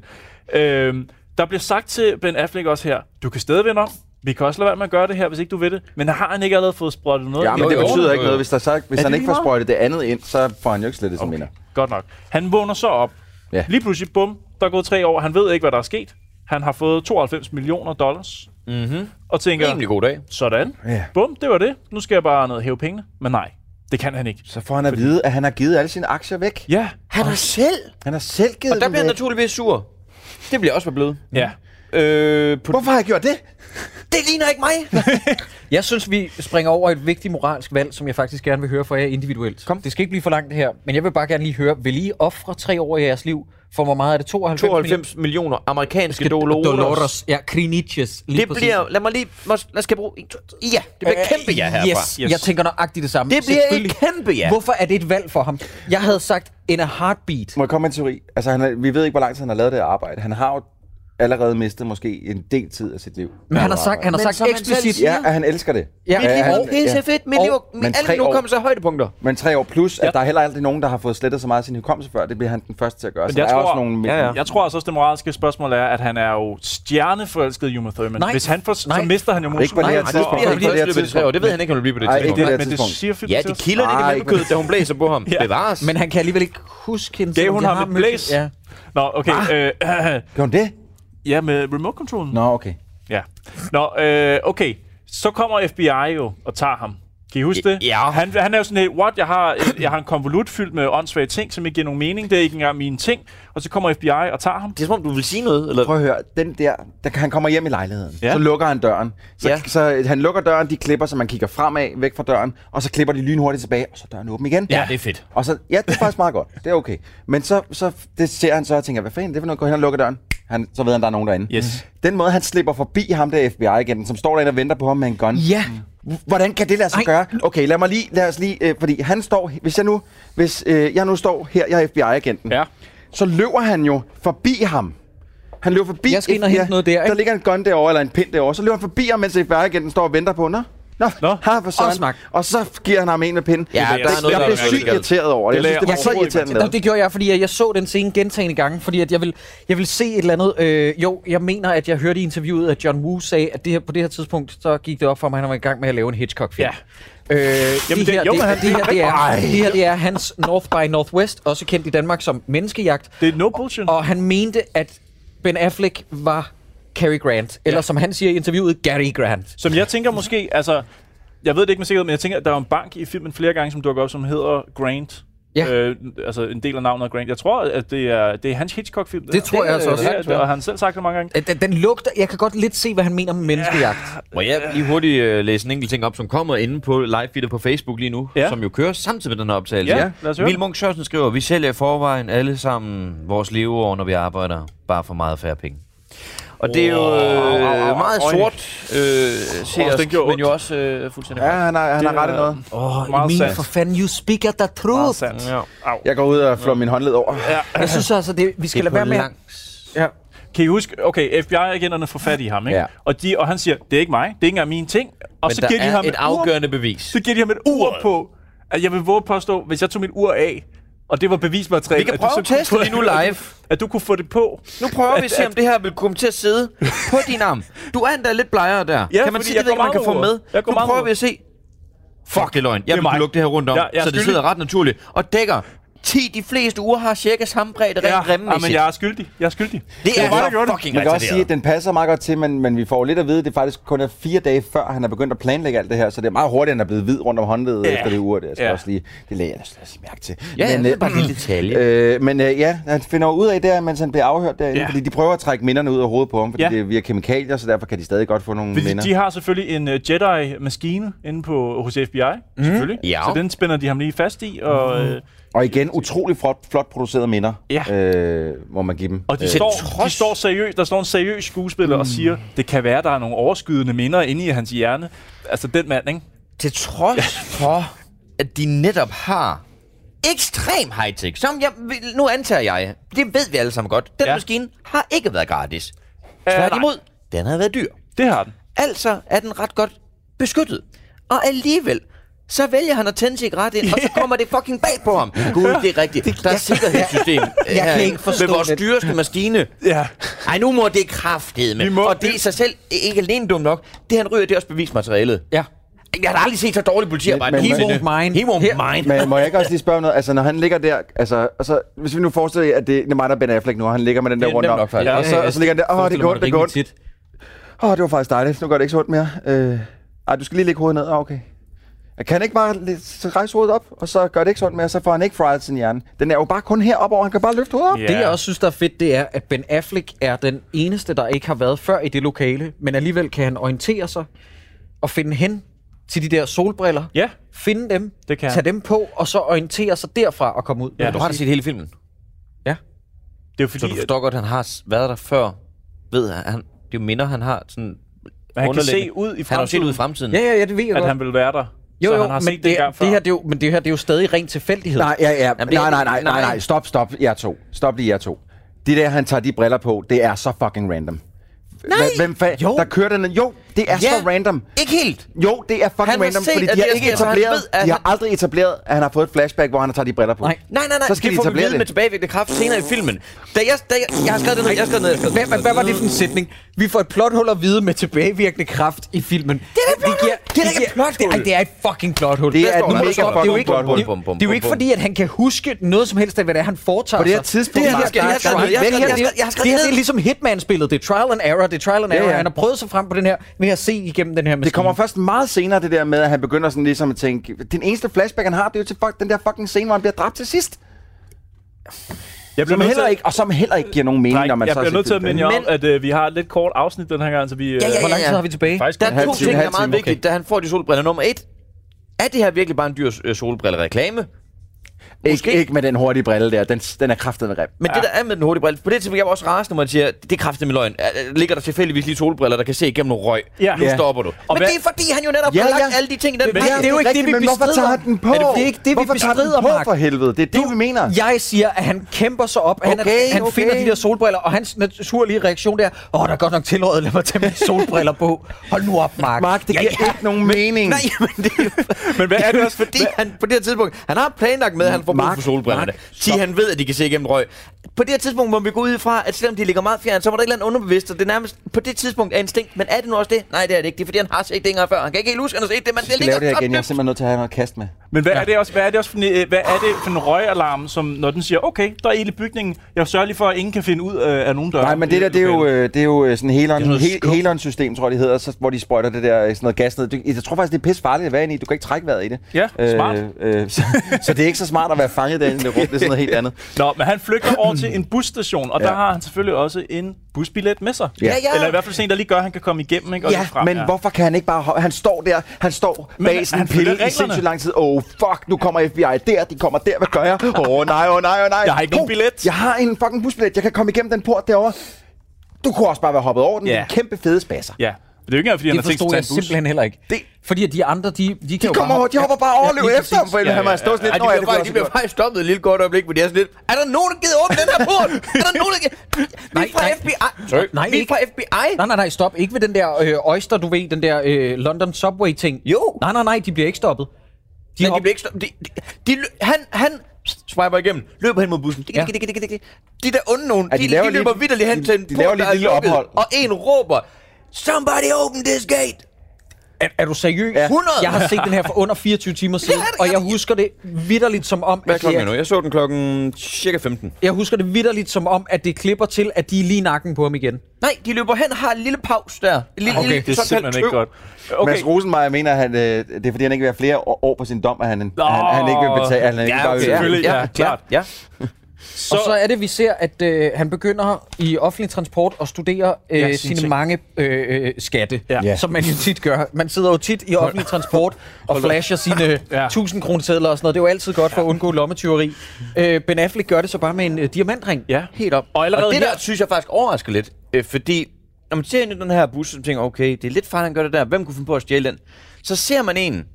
S2: Øhm, der bliver sagt til Ben Affleck også her, du kan stadig vende om. Vi kan også lade være med at gøre det her, hvis ikke du vil det. Men har han ikke allerede fået sprøjtet noget?
S4: Ja,
S2: ind
S4: men
S2: i
S4: det
S2: hovedet?
S4: betyder ikke noget. Hvis, der så, hvis
S2: Er
S4: han
S2: det
S4: ikke
S2: lige
S4: får
S2: meget?
S4: sprøjtet det andet ind, så får han jo ikke slettet som
S2: Okay.
S4: minder.
S2: Godt nok. Han vågner så op.
S4: Ja.
S2: Lige pludselig, bum, der er gået tre år. Han ved ikke, hvad der er sket. Han har fået 92 millioner dollars.
S3: Mhm.
S2: Og tænker,
S3: Rimelig god dag.
S2: sådan.
S4: Ja.
S2: Bum, det var det. Nu skal jeg bare ned og hæve pengene. Men nej, det kan han ikke.
S4: Så får han at vide, at han har givet alle sine aktier væk.
S2: Ja,
S3: Han har selv.
S4: Han har selv givet
S3: Og der
S4: dem
S3: bliver han
S4: væk.
S3: naturligvis sur. Det bliver også for blød.
S2: ja.
S3: Øh, på...
S4: Hvorfor har jeg gjort det?
S3: Det ligner ikke mig.
S1: Jeg synes, vi springer over et vigtigt moralsk valg, som jeg faktisk gerne vil høre fra jer individuelt. Kom. Det skal ikke blive for langt det her, men jeg vil bare gerne lige høre, vil I ofre tre år i jeres liv for hvor meget er det? 92,
S3: 92 millioner amerikanske
S1: millioner?
S3: dollars.
S1: Dolores. Ja, kriniches. Lige
S3: Det
S1: præcis. Øh,
S3: bliver, lad mig lige, må, lad os skal bruge, en, to, ja, det bliver et kæmpe ja herfra.
S1: Yes, yes, jeg tænker nøjagtigt det samme.
S3: Øh, Det bliver
S1: Selvfølgelig.
S3: et kæmpe ja.
S1: Hvorfor er det et valg for ham? Jeg havde sagt in a heartbeat.
S4: Må jeg komme med en teori? Altså, han er, vi ved ikke, hvor lang tid han har lavet det arbejde. Han har jo allerede mistet måske en del tid af sit liv.
S1: Men han har sagt, han har
S3: Men
S1: sagt
S3: som han selv
S1: eksplicit,
S4: Ja, at han elsker det.
S1: Ja.
S3: Mit
S1: Ja,
S3: liv
S4: han-
S3: er pisse
S4: ja.
S3: fedt, mit
S1: Og-
S3: liv,
S4: men
S3: men alle
S4: tre
S3: nu
S4: år-
S3: kommer så højdepunkter.
S4: Men tre år plus, at
S2: Ja.
S4: der er heller aldrig nogen, der har fået slettet så meget af sin hukommelse før. Det bliver han den første til at gøre.
S2: Men
S4: så
S2: jeg,
S4: der er
S2: tror,
S4: også nogle...
S3: Ja, ja.
S2: jeg tror altså også, det moralske spørgsmål er, at han er jo stjerneforelsket i Uma Thurman.
S1: Nej.
S2: Hvis han får, så
S1: Nej.
S2: mister han jo
S4: Ikke på det her
S2: muligheden. for-
S4: tidspunkt.
S3: Bliver
S4: Ikke
S3: han
S4: på
S3: lige
S4: det her
S3: løbet af tre år?
S4: tidspunkt.
S3: Det ved han ikke, om han bliver på det
S4: Ej,
S3: tidspunkt.
S4: ikke det der
S2: Men det
S4: tidspunkt.
S2: siger filmen
S3: Ja,
S2: til
S3: det
S2: os.
S3: kilder lidt i
S4: Ej,
S3: mellemkødet, da hun blæser på ham.
S2: Ja.
S3: Bevares.
S1: men han kan alligevel ikke huske hende.
S2: Det er
S1: selvom
S2: hun
S1: jeg
S2: har med
S1: mødt
S2: blæs.
S1: hende. Ja.
S2: Nå, okay. Øh,
S4: Gør hun det?
S2: ja, med remote-controllen.
S4: Nå, okay.
S2: Ja. Nå, øh, okay. Så kommer FBI jo og tager ham. Kan I huske
S3: Ja.
S2: det? Han, han er jo sådan helt, what, jeg har, øh, jeg har en konvolut fyldt med åndssvage ting, som ikke giver nogen mening. Det er ikke engang mine ting. Og så kommer FBI og tager ham.
S3: Det er som om, du vil sige noget, eller?
S4: Prøv at høre, den der, der han kommer hjem i lejligheden,
S2: Ja.
S4: ja. så lukker han døren. Så,
S3: Ja.
S4: ja. så han lukker døren, de klipper, så man kigger fremad, væk fra døren, og så klipper de lynhurtigt tilbage, og så er døren åben igen.
S11: Ja, det er fedt.
S4: Og så, ja, det er faktisk meget godt. Det er okay. Men så, så det ser han så og tænker, hvad fanden, det er for noget, gå hen og lukke døren. Han, så ved han, der er nogen derinde.
S2: Yes.
S4: Den måde, han slipper forbi ham der FBI igen, som står derinde og venter på ham med en gun.
S1: Ja.
S4: Hvordan kan det lade sig
S1: Ej.
S4: Ej. gøre? Okay, lad mig lige, lad os lige, øh, fordi han står, hvis jeg nu, hvis øh, jeg nu står her, jeg er FBI-agenten,
S2: Ja.
S4: så løber han jo forbi ham. Han løber forbi...
S1: Jeg skal ind og hente noget der, ikke?
S4: Der ligger en gun derovre, eller en pind derovre. Så løber han forbi ham, mens FBI-agenten står og venter på. Nå, nå,
S2: Nå.
S4: nå. her for
S1: Og
S4: søren.
S1: snak.
S4: Og så giver han ham en med pinden.
S3: Ja, der er
S4: jeg,
S3: noget, der
S4: jeg
S3: er
S4: blev
S3: rigtig
S4: sygt
S3: galt.
S4: irriteret over det.
S2: Det
S4: Jeg synes,
S2: lagde
S4: det var
S2: jeg
S4: så
S2: overhovedet
S4: irriterende.
S1: Nå,
S4: lavet.
S1: det gjorde jeg, fordi jeg, jeg så den scene gentagende gange, fordi at jeg vil jeg vil se et eller andet. Øh, jo, jeg mener, at jeg hørte i interviewet, at John Woo sagde, at det her, på det her tidspunkt, så gik det op for mig, at han var i gang med at lave en Hitchcock-film.
S2: Ja.
S1: Øh, Jamen, det,
S2: det-
S1: her,
S2: jo,
S1: det,
S2: men han-
S1: det, her, det, er, det her det er hans North by Northwest, også kendt i Danmark som menneskejagt.
S2: Det er no bullshit.
S1: Og han mente, at Ben Affleck var Cary Grant, eller
S2: Ja.
S1: ja. som han siger i interviewet, Gary Grant.
S2: Som jeg tænker måske, altså... Jeg ved det ikke med sikkerhed, men jeg tænker, at der er en bank i filmen flere gange, som dukker op, som hedder Grant.
S1: Ja.
S2: Øh, altså en del af navnet er Grant. Jeg tror, at det er, det er hans Hitchcock-film.
S1: Det tror jeg altså også.
S2: Det, er- det, og han har selv sagt det mange gange.
S1: Øh, Den, den lugter, jeg kan godt lidt se, hvad han mener med menneskejagt.
S3: Må jeg lige hurtigt øh, læse en enkelt ting op, som kommer inde på livefeedet på Facebook lige nu,
S2: Ja.
S3: som jo kører samtidig med den her optagelse.
S2: Ja, lad os høre.
S3: Mille Munk Sørensen skriver, vi sælger i forvejen alle sammen vores leveår, når vi arbejder, bare for meget færre penge. Og det er jo
S2: Wow.
S3: øh, meget
S2: Øj.
S3: sort, øh,
S2: den
S3: seriøst,
S2: gjorde
S3: men
S2: ondt.
S3: jo også øh, fuldstændig
S4: Ja, han har, han har rettet noget.
S1: Åh, oh,
S2: Meget
S1: Emil,
S2: sandt.
S1: for fanden, you speak at the
S2: Meget
S1: truth.
S2: sandt.
S3: Ja.
S2: Au.
S4: Jeg går ud og flår min håndled over.
S1: Jeg synes altså, det, vi skal
S3: Det er
S1: lade være
S3: på
S1: med...
S3: lang...
S1: Ja.
S2: Kan I huske, okay, FBI-agenterne får fat i ham, ikke? Ja.
S4: Ja.
S2: Og, de, og han siger, det er ikke mig, det er ikke engang mine ting. Og
S3: Men
S2: så
S3: der
S2: giver, de
S3: er
S2: ham
S3: et afgørende bevis.
S2: ur, så giver de ham et ur på, at jeg vil våge at påstå, hvis jeg tog mit ur af, og det var bevismateriale,
S3: Vi kan
S2: at
S3: prøve
S2: du
S3: at
S2: så kunne
S3: teste
S2: få-
S3: det nu live.
S2: At du kunne få det på.
S3: Nu prøver vi at se, om det her vil komme til at sidde på din arm. Du er endda lidt blegere der.
S2: Ja,
S3: kan man
S2: fordi
S3: sige,
S2: jeg
S3: det ved ikke,
S2: går
S3: man kan
S2: meget
S3: få
S2: over.
S3: med?
S2: Jeg går
S3: nu
S2: meget
S3: prøver
S2: over.
S3: vi at se. Fuck, det er løgn. Jeg vil
S2: mig.
S3: kunne lukke det her rundt om,
S2: Jeg- jeg er
S3: så det
S2: skyldig.
S3: sidder ret naturligt. Og dækker 10, de fleste uger har cirka samme bredde rent
S2: Ja, ja, men
S3: remmemæssigt.
S2: jeg er skyldig. Jeg er skyldig.
S3: Det
S2: var mig, der
S3: er
S2: gjorde
S3: så
S2: det.
S3: fucking
S4: Man kan også sige,
S3: retarderet.
S4: at den passer meget godt til, men, men vi får jo lidt at vide, at det faktisk kun er fire dage før, han er begyndt at planlægge alt det her, så det er meget hurtigt, at han er blevet hvid rundt om håndledet
S2: Ja.
S4: ja. efter det ur. Det skal
S2: Ja.
S4: ja. også lige, det lagde jeg også lige mærke til.
S3: Ja, ja, det er
S4: øh,
S3: bare en lille detalje.
S4: Øh, men øh, ja, han finder jo ud af det, her, mens han bliver afhørt derinde,
S2: Ja.
S4: ja. fordi de prøver at trække minderne ud af hovedet på ham, fordi
S2: Ja.
S4: ja. det er via kemikalier, så derfor kan de stadig godt få nogle
S2: Fordi
S4: minder.
S2: de har selvfølgelig en uh, Jedi-maskine inde på hos FBI, mm. selvfølgelig.
S3: Mhm. Ja. Mhm.
S2: Så den spænder de ham lige fast i, og... Mm.
S4: Og igen, utrolig flot, flot producerede minder,
S2: Ja.
S4: øh, må man give dem.
S2: Og de, står, de står seriøst, der står en seriøs skuespiller mm. og siger, det kan være, der er nogle overskydende minder inde i hans hjerne. Altså den mand, ikke?
S3: Til trods for, at de netop har ekstrem high-tech, som jeg, vil- nu antager jeg, det ved vi alle sammen godt, den ja. maskine har ikke været gratis. Tværtimod, den har været dyr.
S2: Det har den.
S3: Altså er den ret godt beskyttet. Og alligevel, så vælger han at tænde cigaret ind, og så kommer det fucking bag på ham. Gud, det er rigtigt. Der er et sikkerhedssystem.
S11: Jeg kan
S3: herinde
S11: ikke forstå
S3: Med vores
S11: det.
S3: dyreste maskine.
S2: Ja.
S3: Ej, nu må det kraftede med. Må, og det er sig selv ikke alene dumt nok. Det han ryger, det er også bevismaterialet.
S1: Ja.
S3: Jeg har da aldrig set så dårligt politiarbejde.
S4: Men- men-
S3: nogensinde.
S1: won't
S3: He won't mind.
S4: Men må jeg ikke også lige spørge om noget? Altså, når han ligger der, altså, og så, hvis vi nu forestiller jer, at det, det er mig, der er Ben Affleck nu, og han ligger med den der
S3: Det er
S4: rundt
S3: nemt
S4: om.
S3: nok, faktisk.
S4: og, så, og så ligger han der, åh, det er godt, det er godt. Åh, det var faktisk dejligt. Nu gør det ikke så ondt mere. Øh, ej, du skal lige lægge hovedet ned. Ah, okay. Jeg kan ikke bare lidt- så rejse hovedet op, og så gør det ikke så ondt mere, så får han ikke fried sin hjerne. Den er jo bare kun heroppe, og han kan bare løfte hovedet op.
S1: Det, jeg også synes, der er fedt, det er, at Ben Affleck er den eneste, der ikke har været før i det lokale, men alligevel kan han orientere sig og finde hen til de der solbriller.
S2: Ja.
S1: Finde dem,
S2: Det kan
S1: tage
S2: han.
S1: dem på, og så orientere sig derfra og komme ud.
S3: Ja, du har da set hele filmen.
S1: Ja.
S2: Det er fordi,
S3: så du forstår godt, at han har s- været der før. Ved han, han det er jo minder, han har sådan
S2: Men han kan
S3: underliggende.
S2: se ud i
S3: Han har jo set
S2: fremtiden.
S3: ud i fremtiden.
S1: Ja, ja, ja, det ved jeg
S2: At
S1: godt.
S2: han vil være der.
S1: Jo,
S2: så
S1: jo,
S2: han har
S1: men,
S2: set
S1: det,
S2: engang før.
S1: det, her, det er jo, men det her det er jo stadig ren tilfældighed.
S4: Nej, ja, ja.
S1: Jamen, det
S4: nej,
S1: er-
S4: nej, nej, nej, nej. Stop, stop, jer to. Stop lige jer to. Det der, han tager de briller på, det er så fucking random. Nej. Hvem fa- jo. Der kører den. Jo, det er ja. så
S3: Ja.
S4: random.
S3: Ikke helt.
S4: Jo, det er fucking
S3: Han har
S4: random,
S3: set,
S4: fordi
S3: at
S4: de har,
S3: det er
S4: ikke
S3: sket, så han
S4: etableret,
S3: ved, at
S4: de har
S3: han-
S4: aldrig etableret, at han har fået et flashback, hvor han har taget de briller på. Nej,
S3: Nej, nej, nej.
S4: Så skal
S3: det
S4: de
S3: får vi
S4: etablere
S3: vide med
S4: det.
S3: tilbagevirkende kraft senere i filmen. Da jeg, da jeg, jeg har skrevet det ned, jeg har skrevet det ned. Jeg har skrevet
S1: Hvad, hvad, hvad var det for en sætning? Vi får et plothul at vide med tilbagevirkende kraft i filmen. Det
S3: er da et plothul! Det er da ikke et plothul!
S1: Det, ej, det er et fucking plothul.
S4: Det er et
S1: Nu må du
S4: mega
S1: stoppe.
S4: fucking
S1: det er jo ikke,
S4: plothul.
S1: Det,
S3: Bum, bum,
S1: det er jo
S3: bum,
S1: ikke
S3: bum.
S1: fordi, at han kan huske noget som helst af, hvad det er, han foretager
S4: På det her
S1: sig.
S4: tidspunkt,
S1: det, her,
S4: Mark,
S1: det, er-
S4: der
S1: det,
S4: er
S1: her,
S4: Trump
S1: det, her,
S4: væk.
S1: det, her,
S4: Jeg
S1: det,
S3: har- jeg har
S1: her,
S3: skrevet
S1: det her,
S3: ned.
S1: det er ligesom Hitman-spillet. Det er trial and error, det er trial and
S4: Ja,
S1: error.
S4: ja.
S1: Han har prøvet sig frem på den her, ved at se igennem den her maskine.
S4: Det kommer først meget senere, det der med, at han begynder sådan ligesom at tænke, den eneste flashback, han har, det er jo til fuck, den der fucking scene, hvor han bliver dræbt til sidst.
S2: jeg
S4: Som
S2: nødt til-
S4: heller ikke, og som heller ikke giver nogen mening, når
S2: Dreng,
S4: man
S2: jeg
S4: så har
S2: bliver
S4: set
S2: nødt til at
S4: filmen.
S2: minde jer om, at øh, vi har et lidt kort afsnit den her gang, så vi... Øh,
S3: ja, ja.
S1: Hvor lang tid har vi tilbage?
S2: Faktisk,
S3: Der
S4: En halv
S3: er to
S4: time,
S3: ting,
S4: en
S3: der er
S4: halv
S3: meget
S4: time,
S3: vigtigt, da han får de solbriller. Nummer et, er det her virkelig bare en dyr øh, solbrillereklame?
S4: Ikke, ikke med den hurtige brille der, den, den er kraftet med rem.
S3: Men ja. det, der er med den hurtige brille, på det tidspunkt, jeg var også rasende, når man siger, det er kraftigt med løgn. Øh, Ligger der tilfældigvis lige solbriller, der kan se igennem nogle røg?
S2: Ja.
S3: Nu
S2: Ja.
S3: stopper du.
S2: Og
S3: men
S2: hvad-
S3: det er fordi, han jo netop
S4: Ja,
S3: har lagt
S4: ja.
S3: alle de ting i den
S4: Men
S3: pakke.
S1: det er jo ikke det, vi
S4: men hvorfor
S1: bestrider.
S4: tager den på?
S1: Er det- det er ikke det, vi
S4: hvorfor tager den
S1: bestrider,
S4: på
S1: Mark?
S4: for helvede? Det er det, vi mener.
S1: Jeg siger, at han kæmper sig op. Han,
S4: Okay,
S1: er, han
S4: okay.
S1: finder de der solbriller, og hans naturlige reaktion der, åh, oh, der er godt nok tilrådet, lad mig tage mine solbriller på. Hold nu op, Mark.
S4: Mark, det giver ikke nogen mening.
S3: Nej, men det er jo, men hvad er det også fordi, han på det her tidspunkt, han har planlagt med, at han får brug
S4: Mark,
S3: for solbrillerne.
S4: Mark,
S3: Sige, han ved, at de kan se igennem røg. På det her tidspunkt må vi gå ud fra, at selvom de ligger meget fjern, så var der et eller andet underbevidst, og det er nærmest på det tidspunkt er instinkt. Men er det nu også det? Nej, det er det ikke. Det er fordi, han har set det engang før. Han kan ikke helt huske, at han har set det, men
S4: Jeg
S3: det
S4: skal lave
S3: ligger
S4: det her
S3: så
S4: igen. Jeg er
S3: dybt.
S4: simpelthen nødt til at have noget kast med.
S2: Men hvad, ja. er det også, hvad er det også for, en, øh, hvad er det for en røgalarm, som når den siger, okay, der er ild i bygningen, jeg sørger lige for, at ingen kan finde ud øh, af nogen døre.
S4: Nej, men
S2: i
S4: det der, det er jo,
S2: lokalet."
S4: øh, det er jo øh, sådan Helon,
S2: noget
S4: he,
S2: skum.
S4: Helon-system, tror jeg, det hedder, så, hvor de sprøjter det der øh, sådan noget gas ned. Du, jeg tror faktisk, det er pisse farligt at være inde i. Du kan ikke trække vejret i det.
S2: Ja, smart.
S4: Øh, så, så, det er ikke så smart at være fanget derinde i det rum. Det er sådan noget helt andet.
S2: Nå, men han flygter over til en busstation, og ja.
S4: Ja.
S2: der har han selvfølgelig også en busbillet med sig.
S4: Ja. Ja,
S3: ja.
S2: Eller i hvert fald sådan en, der lige gør, at han kan komme igennem ikke? og
S4: Ja,
S2: lidt frem.
S4: men hvorfor kan han ikke bare... ho- Han står der, han står
S2: Men
S4: bag sådan en
S2: han følger
S4: pille i
S2: reglerne.
S4: sindssygt lang tid. Oh, fuck, nu kommer FBI der, de kommer der, hvad gør jeg? Åh, oh, nej, åh, oh, nej, åh, oh, nej.
S2: Jeg har ikke nogen
S4: Hov,
S2: billet.
S4: Jeg har en fucking busbillet, jeg kan komme igennem den port derovre. Du kunne også bare være hoppet over den.
S2: Ja.
S4: Yeah. Kæmpe fede spasser.
S2: Ja, men det er jo ikke engang, fordi han
S1: Det
S2: har tænkt sig
S1: forstod
S2: at
S1: jeg
S2: tage en bus.
S1: simpelthen heller ikke.
S4: Det-
S1: Fordi at de andre, de, de, de kan
S4: De kommer over, de hopper bare og overlever efter ham, for
S1: ja.
S4: helvede. Han var stå sådan
S3: Ej,
S4: lidt.
S3: de
S4: Nå, ja,
S3: bliver,
S4: det kunne jeg
S3: faktisk, de
S4: også
S3: bliver
S4: godt.
S3: faktisk stoppet et lille kort øjeblik, hvor de er sådan lidt, er der nogen, der gider åbne den her port? er der nogen, der gider... Vi
S1: Nej,
S3: er fra
S1: nej.
S3: FBI.
S1: Sorry. Nej,
S3: vi er
S1: ikke.
S3: fra FBI.
S1: Nej, nej, nej, stop. Ikke ved den der øh, Oyster, du ved, den der øh, London Subway-ting.
S3: Jo.
S1: Nej, nej, nej, de bliver ikke stoppet.
S3: De men de
S1: hop-
S3: bliver ikke stoppet. De, de, de, lø- han, han swiper igennem, løber hen mod bussen. Dik,
S1: Ja.
S3: dik, dik, dik, dik, dik. De der onde nogen,
S4: Ja,
S3: de,
S4: de
S3: de,
S4: laver
S3: de løber
S4: lige-
S3: vidderligt hen
S4: de-
S3: til en
S4: de
S3: port,
S4: laver lige
S3: der
S4: et
S3: er
S4: lille
S3: lukket,
S4: ophold.
S3: Og en råber, Somebody open this gate!
S1: Er, er du seriøs?
S3: 100?
S1: Jeg har set den her for under 24 timer siden,
S3: Ja, det-
S1: og jeg husker det vidderligt som om... at det er-
S3: Jeg så den klokken cirka 15.
S1: Jeg husker det vidderligt som om, at det klipper til, at de er lige i nakken på ham igen.
S3: Nej, de løber hen og har en lille pause der. En lille,
S1: Okay,
S3: lille,
S2: Det er
S3: såkaldt
S2: simpelthen ikke
S3: tøv.
S2: godt.
S4: Okay. Mads Rosenmeier mener, at han, øh, det er fordi, han ikke vil have flere år år på sin dom, at han, han, han ikke vil betale. Han ikke
S3: Ja,
S4: bare
S3: okay,
S4: vil
S3: selvfølgelig.
S2: Selvfølgelig, ja,
S3: Ja,
S2: klart.
S3: Ja.
S1: Så... Og så er det, vi ser, at øh, han begynder i offentlig transport at studere øh,
S2: Ja,
S1: ja,
S2: sine
S1: sine
S2: ting.
S1: mange øh, øh, skatte,
S2: Ja. Ja.
S1: ja. som man jo tit gør. Man sidder jo tit i offentlig transport og
S2: Hold op.
S1: flasher sine
S2: Ja.
S1: ja. 1000 kroner sædler og sådan noget. Det er jo altid godt for at undgå lommetyveri. Øh, ben Affleck gør det så bare med en øh, diamantring.
S2: Ja.
S1: Helt op.
S3: Og,
S1: allerede
S3: og det
S1: her-
S3: der synes jeg faktisk overrasker lidt, øh, fordi når man ser ind i den her bus, så tænker okay, det er lidt farligt, han gør det der. Hvem kunne finde på at stjæle den? Så ser man en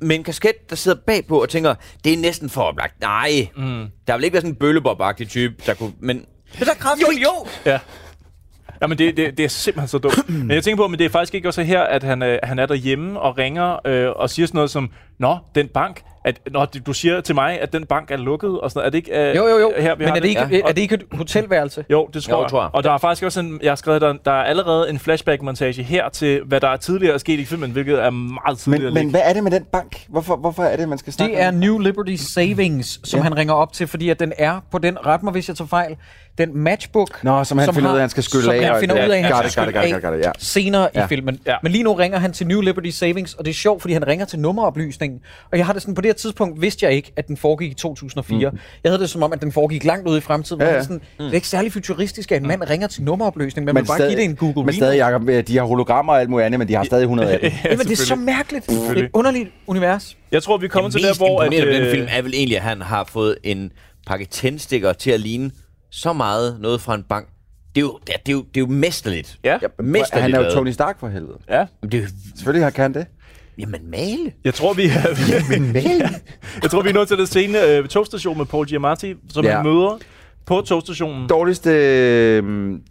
S3: med en kasket, der sidder bagpå og tænker, det er næsten for oplagt. Nej, mm. der vil ikke være sådan en bøllebob type, der kunne... Men det er kraftigt, jo! jo.
S2: Ja. Jamen, det, det, det er simpelthen så dumt. Men jeg tænker på, men det er faktisk ikke også her, at han, øh, han er derhjemme og ringer øh, og siger sådan noget som, Nå, den bank, at, Nå, du siger til mig, at den bank er lukket og sådan noget. Er det ikke øh,
S1: Jo, jo, jo.
S2: her, vi
S1: Men
S2: har
S1: er det, ikke,
S2: Ja.
S1: er det ikke et hotelværelse?
S2: Jo, det tror,
S3: Jo,
S2: jeg.
S3: tror jeg.
S2: Og der er faktisk også en, jeg har skrevet, der, der er allerede en flashback-montage her til, hvad der er tidligere sket i filmen, hvilket er meget tidligere.
S4: Men, men hvad er det med den bank? Hvorfor, hvorfor er det, man skal snakke
S1: Det er
S4: om
S1: New Liberty Savings, som ja. han ringer op til, fordi at den er på den, ret mig hvis jeg tager fejl, den matchbook,
S4: Nå, som han finder
S1: har-
S4: ud af, han skal skylle
S1: som
S4: af,
S1: han
S4: og-
S1: finder
S4: ja,
S1: ud af,
S4: got
S1: han
S4: it,
S1: skal
S4: got it,
S1: skylle
S4: got it, got
S1: af
S4: it, ja.
S1: senere
S4: Ja.
S1: i filmen. Men lige nu ringer han til New Liberty Savings, og det er sjovt, fordi han ringer til nummeroplysningen. Og jeg har det sådan, på det her tidspunkt vidste jeg ikke, at den foregik i 2004. Jeg havde det som om, at den foregik langt ude i fremtiden.
S4: Mm. Ja,
S1: Ja, ja.
S4: ja. Mm.
S1: Sådan, Det er ikke særlig futuristisk, at en mand ringer til nummeroplysningen, men,
S4: Men
S1: man bare give det en Google.
S4: Men
S1: Meet.
S4: stadig, Jacob, øh, de har hologrammer og alt muligt andet, men de har stadig 118.
S1: Jamen, det er så mærkeligt. Det er et underligt univers.
S2: Jeg tror, vi kommer
S3: det
S2: til der,
S3: mest
S2: hvor... At,
S3: imponerende ved den
S2: øh,
S3: film er vel egentlig, at han har fået en pakke tændstikker til at ligne så meget noget fra en bank. Det er jo, det er, det er jo, det er jo mesterligt.
S2: Ja.
S3: mesterligt
S4: han er jo
S3: lavet.
S4: Tony Stark for helvede.
S2: Ja.
S3: Men Det er jo,
S4: Selvfølgelig har kan det.
S3: jamen male.
S2: Jeg tror, vi er, jeg tror, vi er nået til den scene øh, ved togstationen med Paul Giamatti, som ja.
S4: Ja.
S2: han møder på togstationen.
S4: Dårligste, øh,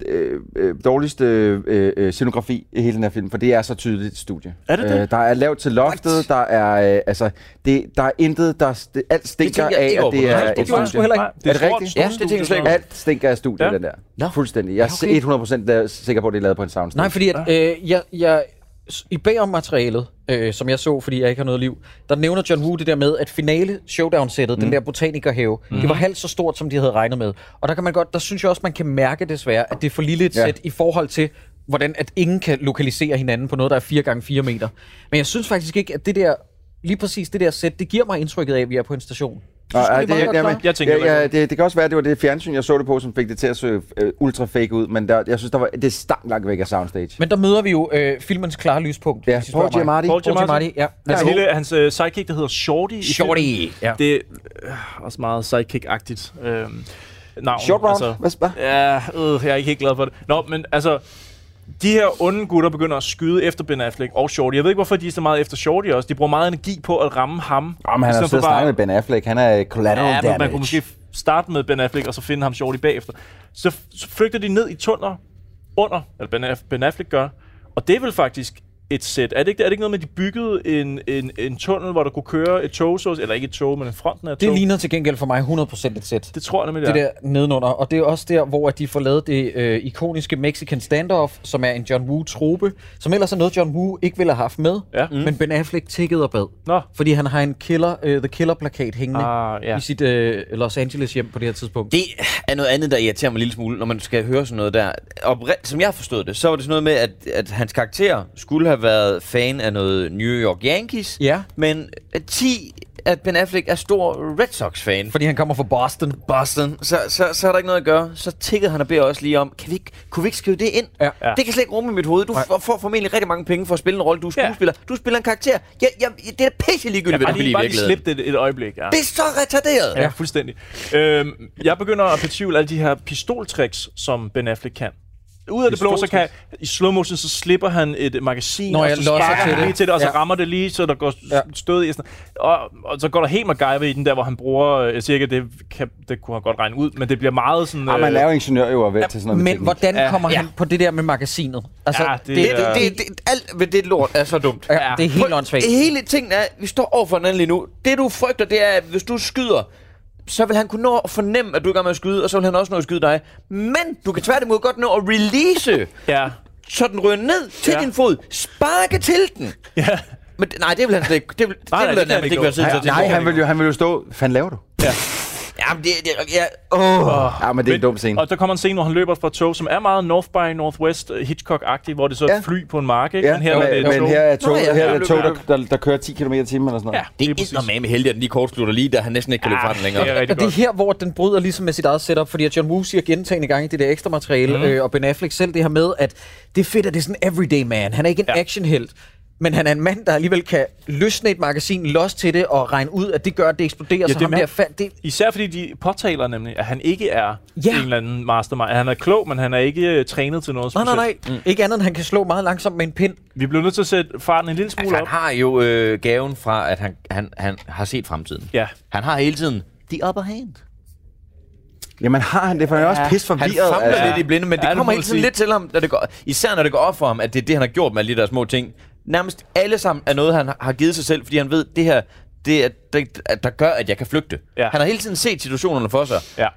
S4: øh, øh, dårligste øh, øh, scenografi i hele den her film, for det er så tydeligt et studie. Øh,
S2: Er det det?
S4: der er lavt til loftet, der er, øh, altså, det, der er intet, der, st- alt stinker
S3: tænker jeg
S4: af,
S3: ikke over
S4: at
S3: på.
S4: det
S3: Nej,
S4: er
S3: det
S4: et
S3: gjorde jeg
S4: studie.
S1: sgu heller ikke.
S2: Nej, det er
S4: Er det
S2: stort,
S4: rigtigt?
S2: stort
S3: Ja, det tænker jeg slet
S2: studie.
S3: ikke.
S4: Alt stinker af studiet,
S2: Ja.
S4: ja. den der.
S3: Nå.
S4: Fuldstændig. Jeg
S3: Ja, okay.
S4: er 100% der- sikker på, at det er lavet på en soundstage.
S1: Nej, fordi at, øh, jeg, jeg, s- i bagom materialet, øh, som jeg så, fordi jeg ikke har noget liv, der nævner John Woo det der med, at finale showdown-sættet, mm. den der botanikerhave, mm. det var halvt så stort, som de havde regnet med. Og der kan man godt, der synes jeg også, man kan mærke desværre, at det er for lille et
S4: Ja.
S1: ja. sæt i forhold til, hvordan at ingen kan lokalisere hinanden på noget, der er 4 gange 4 meter. Men jeg synes faktisk ikke, at det der, lige præcis det der sæt, det giver mig indtrykket af, at vi er på en station.
S4: Nå,
S1: Synes du,
S4: ja,
S1: det er meget godt
S4: øh, jamen,
S1: klaret?
S2: Jeg tænker heller
S4: ja, ja,
S2: ikke
S4: det, det kan også være, at det var det fjernsyn, jeg så det på, som fik det til at se øh, ultra fake ud, men der, jeg synes, der var, det stank langt væk af soundstage.
S1: Men der møder vi jo øh, filmens klare lyspunkt.
S4: Ja,
S1: hvis I spørger
S4: Paul
S1: mig.
S4: Giamatti.
S2: Paul
S1: Paul
S2: Giamatti.
S1: Giamatti, ja.
S2: Hans,
S1: Ja.
S2: lille, hans øh, sidekick, der hedder Shorty. i
S1: Shorty,
S2: filmen.
S1: ja.
S2: Det er øh, også meget sidekick-agtigt. Øh, navn,
S4: Short round? Altså, hvad?
S2: Ja, øh, jeg er ikke helt glad for det. Nå, men altså... De her onde gutter begynder at skyde efter Ben Affleck og Shorty. Jeg ved ikke, hvorfor de er så meget efter Shorty også. De bruger meget energi på at ramme ham.
S4: Oh, men han
S2: i
S4: har
S2: stedet for
S4: siddet og
S2: bare-
S4: snakket med Ben Affleck. Han er collateral
S2: Ja,
S4: damage.
S2: men man kunne måske f- starte med Ben Affleck, og så finde ham Shorty bagefter. Så, f- så flygter de ned i tunder under, eller ben, Aff- ben Affleck gør, og det er vel faktisk et sæt. Er det ikke, er det ikke noget med, at de byggede en, en, en tunnel, hvor der kunne køre et tog, så, eller ikke et tog, men en fronten af et
S1: Det
S2: tog?
S1: ligner til gengæld for mig 100% et sæt.
S2: Det tror jeg nemlig,
S1: det
S2: det,
S1: der nedenunder. Og det er også der, hvor at de får lavet det øh, ikoniske Mexican Standoff, som er en John Woo-trope, som ellers er noget, John Woo ikke ville have haft med.
S2: Ja. Mm.
S1: Men Ben Affleck tikkede og bad.
S2: Nå.
S1: Fordi han har en killer, øh, The Killer-plakat hængende
S2: Ah, ja.
S1: i sit øh, Los Angeles hjem på det her tidspunkt.
S3: Det er noget andet, der irriterer mig en lille smule, når man skal høre sådan noget der. Opri- som jeg forstod det, så var det sådan noget med, at, at hans karakter skulle have været fan af noget New York Yankees.
S1: Ja.
S3: Men 10, at Ben Affleck er stor Red Sox-fan.
S1: Fordi han kommer fra Boston.
S3: Boston, så, så, så er der ikke noget at gøre. Så tikkede han og beder også lige om, kan vi ikke, kunne vi ikke skrive det ind?
S1: Ja.
S3: Det kan jeg slet ikke rumme i mit hoved. Du får, får formentlig rigtig mange penge for at spille en rolle. Du er
S2: Ja.
S3: skuespiller. Du spiller en karakter. Jeg, jeg, det er da pisse ligegyldigt, hvad
S2: bare
S3: du kan
S2: lige,
S3: lide i
S2: bare lige
S3: virkeligheden.
S2: slip det et, et øjeblik. Ja.
S3: Det er så retarderet.
S2: Ja, ja. fuldstændig. Øhm, jeg begynder at betvivle alle de her pistoltricks, som Ben Affleck kan. Ud af det blå, så kan i slow motion, så slipper han et magasin,
S1: Nå,
S2: og
S1: jeg
S2: så
S1: losser
S2: sparker
S1: til
S2: han
S1: det.
S2: lige til det, og så
S1: Ja.
S2: rammer det lige, så der går s-
S1: Ja.
S2: stød i. og Sådan. Og, og så går der helt MacGyver i den der, hvor han bruger øh, cirka, det, kan, det kunne han godt regne ud, men det bliver meget sådan... øh,
S4: Ah, man er jo ingeniør jo og vel til sådan noget. med
S1: Men
S4: teknik.
S1: hvordan
S2: Ja.
S1: kommer han
S2: Ja.
S1: på det der med magasinet? Altså,
S2: Ja,
S1: ja,
S2: det
S1: det,
S3: Det,
S2: er-
S1: er...
S3: det, det, det, alt ved det lort er så dumt.
S1: Ja, det er helt åndssvagt.
S3: Det hele tingen er, vi står over for hinanden lige nu. Det du frygter, det er, at hvis du skyder, så vil han kunne nå at fornemme, at du er i gang med at skyde, og så vil han også nå at skyde dig. Men du kan tværtimod godt nå at release,
S2: Ja.
S3: så den ryger ned til
S2: Ja.
S3: ja. din fod. Sparke til den.
S2: ja.
S3: Men det- nej, det vil han slet ikke. Det vil,
S2: nej,
S3: det vil han
S2: det kan han
S3: nærmest
S2: ikke
S3: ikke være tid til.
S4: Nej, han vil jo, han vil jo stå... Hvad fanden laver du?
S3: Ja, Jamen, det, det, ja, åh.
S4: Ja, men det er en dum scene.
S2: Og der kommer en scene, hvor han løber fra et tog, som er meget North by Northwest øh, Hitchcock-agtig, hvor det så er et fly på en mark, ikke?
S4: Ja, men her,
S2: der et
S4: men, men
S2: tog.
S4: her er tog,
S2: Nå, ja,
S4: her er
S2: han
S4: tog
S2: løber-
S4: der, der, der, kører 10 km i timen eller sådan noget.
S3: Det er ikke normalt med heldig, at den lige kortslutter lige, da han næsten ikke kan løbe fra den længere.
S1: og det er her, hvor den bryder ligesom med sit eget setup, fordi at John Woo siger gentagende gange i det der ekstra materiale,
S3: Mhm.
S1: mm. øh, og Ben Affleck selv det her med, at det er fedt, at det er sådan en everyday man. Han er ikke en ja. actionhelt, men han er en mand, der alligevel kan løsne et magasin los til det, og regne ud, at det gør, at det eksploderer, ja, så
S2: det er
S1: ham der
S2: mand.
S1: fandt det.
S2: Især fordi de påtaler nemlig, at han ikke er
S1: Ja.
S2: ja. en eller anden mastermind. Han er klog, men han er ikke øh, trænet til noget
S1: Nej, nej,
S2: specielt.
S1: nej. Mm. Ikke andet, end han kan slå meget langsomt med en pind.
S2: Vi bliver nødt til at sætte farten en lille smule
S3: Altså, han
S2: op.
S3: har jo øh, gaven fra, at han, han, han har set fremtiden.
S2: Ja.
S3: Han har hele tiden the upper hand.
S4: Jamen har han det, for han er også pisse forvirret. Altså,
S3: Han famler lidt i blinde, men det
S4: Ja,
S3: ja,
S4: det må
S3: kommer
S4: man
S3: hele tiden
S4: sige.
S3: lidt til ham, når det går, især når det går op for ham, at det er det, han har gjort med alle de der små ting. Nærmest alle sammen er noget, han har givet sig selv, fordi han ved, det her, det er, det, at der gør, at jeg kan flygte. Ja. Han har hele tiden set situationerne for sig.
S2: Ja.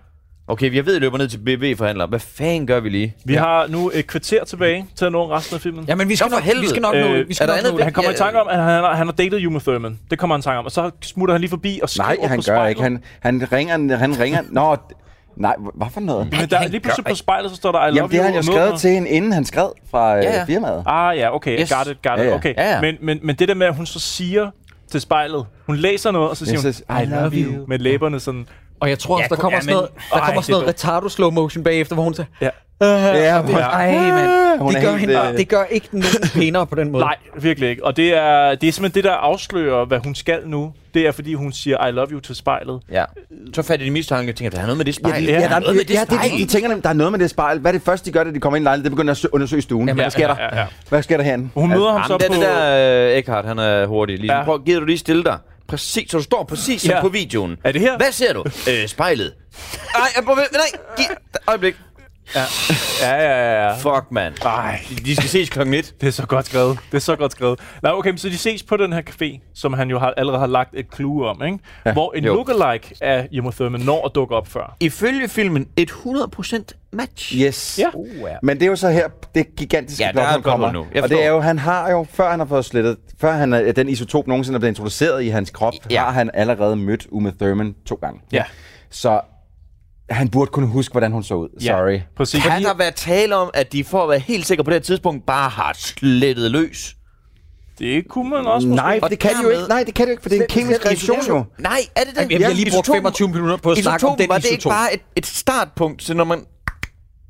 S3: Okay, jeg ved, at jeg løber ned til BB-forhandler. Hvad fanden gør vi lige?
S2: Vi ja. har nu et kvarter tilbage til at nå resten af filmen. Øh,
S1: Jamen, vi skal,
S3: for
S1: nok, vi
S3: helvede.
S1: skal nok nå
S4: Øh,
S1: det. Vi skal
S3: er der
S1: nok
S3: andet
S1: nå det.
S2: Han kommer i tanke om, at han har, han har datet Uma Thurman. Det kommer han i tanke om. Og så smutter han lige forbi og skriver
S4: Nej, han
S2: på
S4: gør
S2: spejlet.
S4: ikke. Han, han ringer, han ringer. Nå, d- nej, h- hvad for noget?
S2: Men der, lige pludselig på spejlet, så står der, I love
S4: Jamen, det
S2: you,
S4: har han jo
S2: og
S4: skrevet
S2: nummer.
S4: til hende, inden han skred fra øh,
S2: Ja, ja.
S4: firmaet.
S2: Ah ja,
S4: Yes.
S2: okay, yes. got it, got it.
S4: Ja, ja.
S2: Okay.
S4: Ja, ja.
S2: Men, men, men det der med, at hun så siger til spejlet, hun læser noget, og så siger
S4: Yes,
S2: hun, I love you, med læberne sådan.
S1: Og jeg tror også, der kommer sådan noget, der kommer sådan noget retardo slow motion bagefter, hvor hun siger, "Øh,
S2: Ja.
S1: ja,
S2: Ja.
S1: ej, mand.
S4: Ah,
S2: Hun
S1: Det
S2: er
S1: gør,
S2: helt,
S1: hende,
S2: øh,
S1: det gør ikke nogen pænere på den måde.
S2: Nej, virkelig ikke. Og det er, det er simpelthen det, der afslører, hvad hun skal nu. Det er, fordi hun siger, I love you til spejlet.
S3: Ja. Så fatter de mistanke og tænker, der er noget med det spejl.
S4: Ja, der,
S3: der er noget med det
S4: ja, det, er det,
S3: spejl.
S4: de tænker nemlig, der er noget med det spejl. Hvad er det første, de gør, da de kommer ind i lejligheden? Det begynder at sø- undersøge stuen. Jamen,
S3: Jamen,
S4: hvad sker
S3: ja,
S4: der?
S3: ja, ja.
S4: Hvad sker der herinde?
S2: Hun møder ham så
S3: Jamen, det er
S2: på...
S3: det der øh, Eckhart, han er hurtig. Ligesom, ja.
S2: Ja.
S3: Prøv, gider du lige stille dig? Præcis, så du står præcis som
S2: Ja.
S3: på videoen.
S2: Er det her?
S3: Hvad ser du? øh, spejlet. Ej, jeg prøver, nej, giv, øjeblik.
S2: Ja. Ja, ja, ja, ja.
S3: Fuck, mand.
S2: Ej.
S3: De skal ses klokken 1.
S2: Det er så godt skrevet. Det er så godt skrevet. Nej, okay, men så de ses på den her café, som han jo har, allerede har lagt et clue om, ikke? Ja. Hvor en
S3: Jo.
S2: lookalike af Uma Thurman når at dukke op før.
S3: Ifølge filmen, et 100% match.
S4: Yes.
S2: Ja.
S3: Uh, ja.
S4: Men det er jo så her, det gigantiske
S3: Ja, der
S4: plot,
S3: er
S4: han
S3: et plot
S4: kommer.
S3: hole nu. Jeg
S4: og det
S3: forstår.
S4: er jo, han har jo, før han har fået slettet, før han er, den isotop nogensinde er blevet introduceret i hans krop,
S3: Ja.
S4: ja. har han allerede mødt Uma Thurman to gange.
S2: Ja.
S4: Så han burde kunne huske, hvordan hun så ud.
S2: Ja,
S4: Sorry.
S2: præcis.
S3: Kan der være tale om, at de for at være helt sikre på det her tidspunkt, bare har slettet løs?
S2: Det kunne man også måske.
S4: Nej, for
S3: Og
S4: det kan de jo
S3: dermed-
S4: ikke. Nej, det kan de jo ikke, for det er en kemisk reaktion jo.
S3: Nej, er det det?
S1: Jamen, jeg har lige brugt
S3: Isotopen-
S1: 25 minutter på at snakke om
S3: Isotopen,
S1: den
S3: var det ikke
S1: isotop.
S3: bare et, et startpunkt, så når man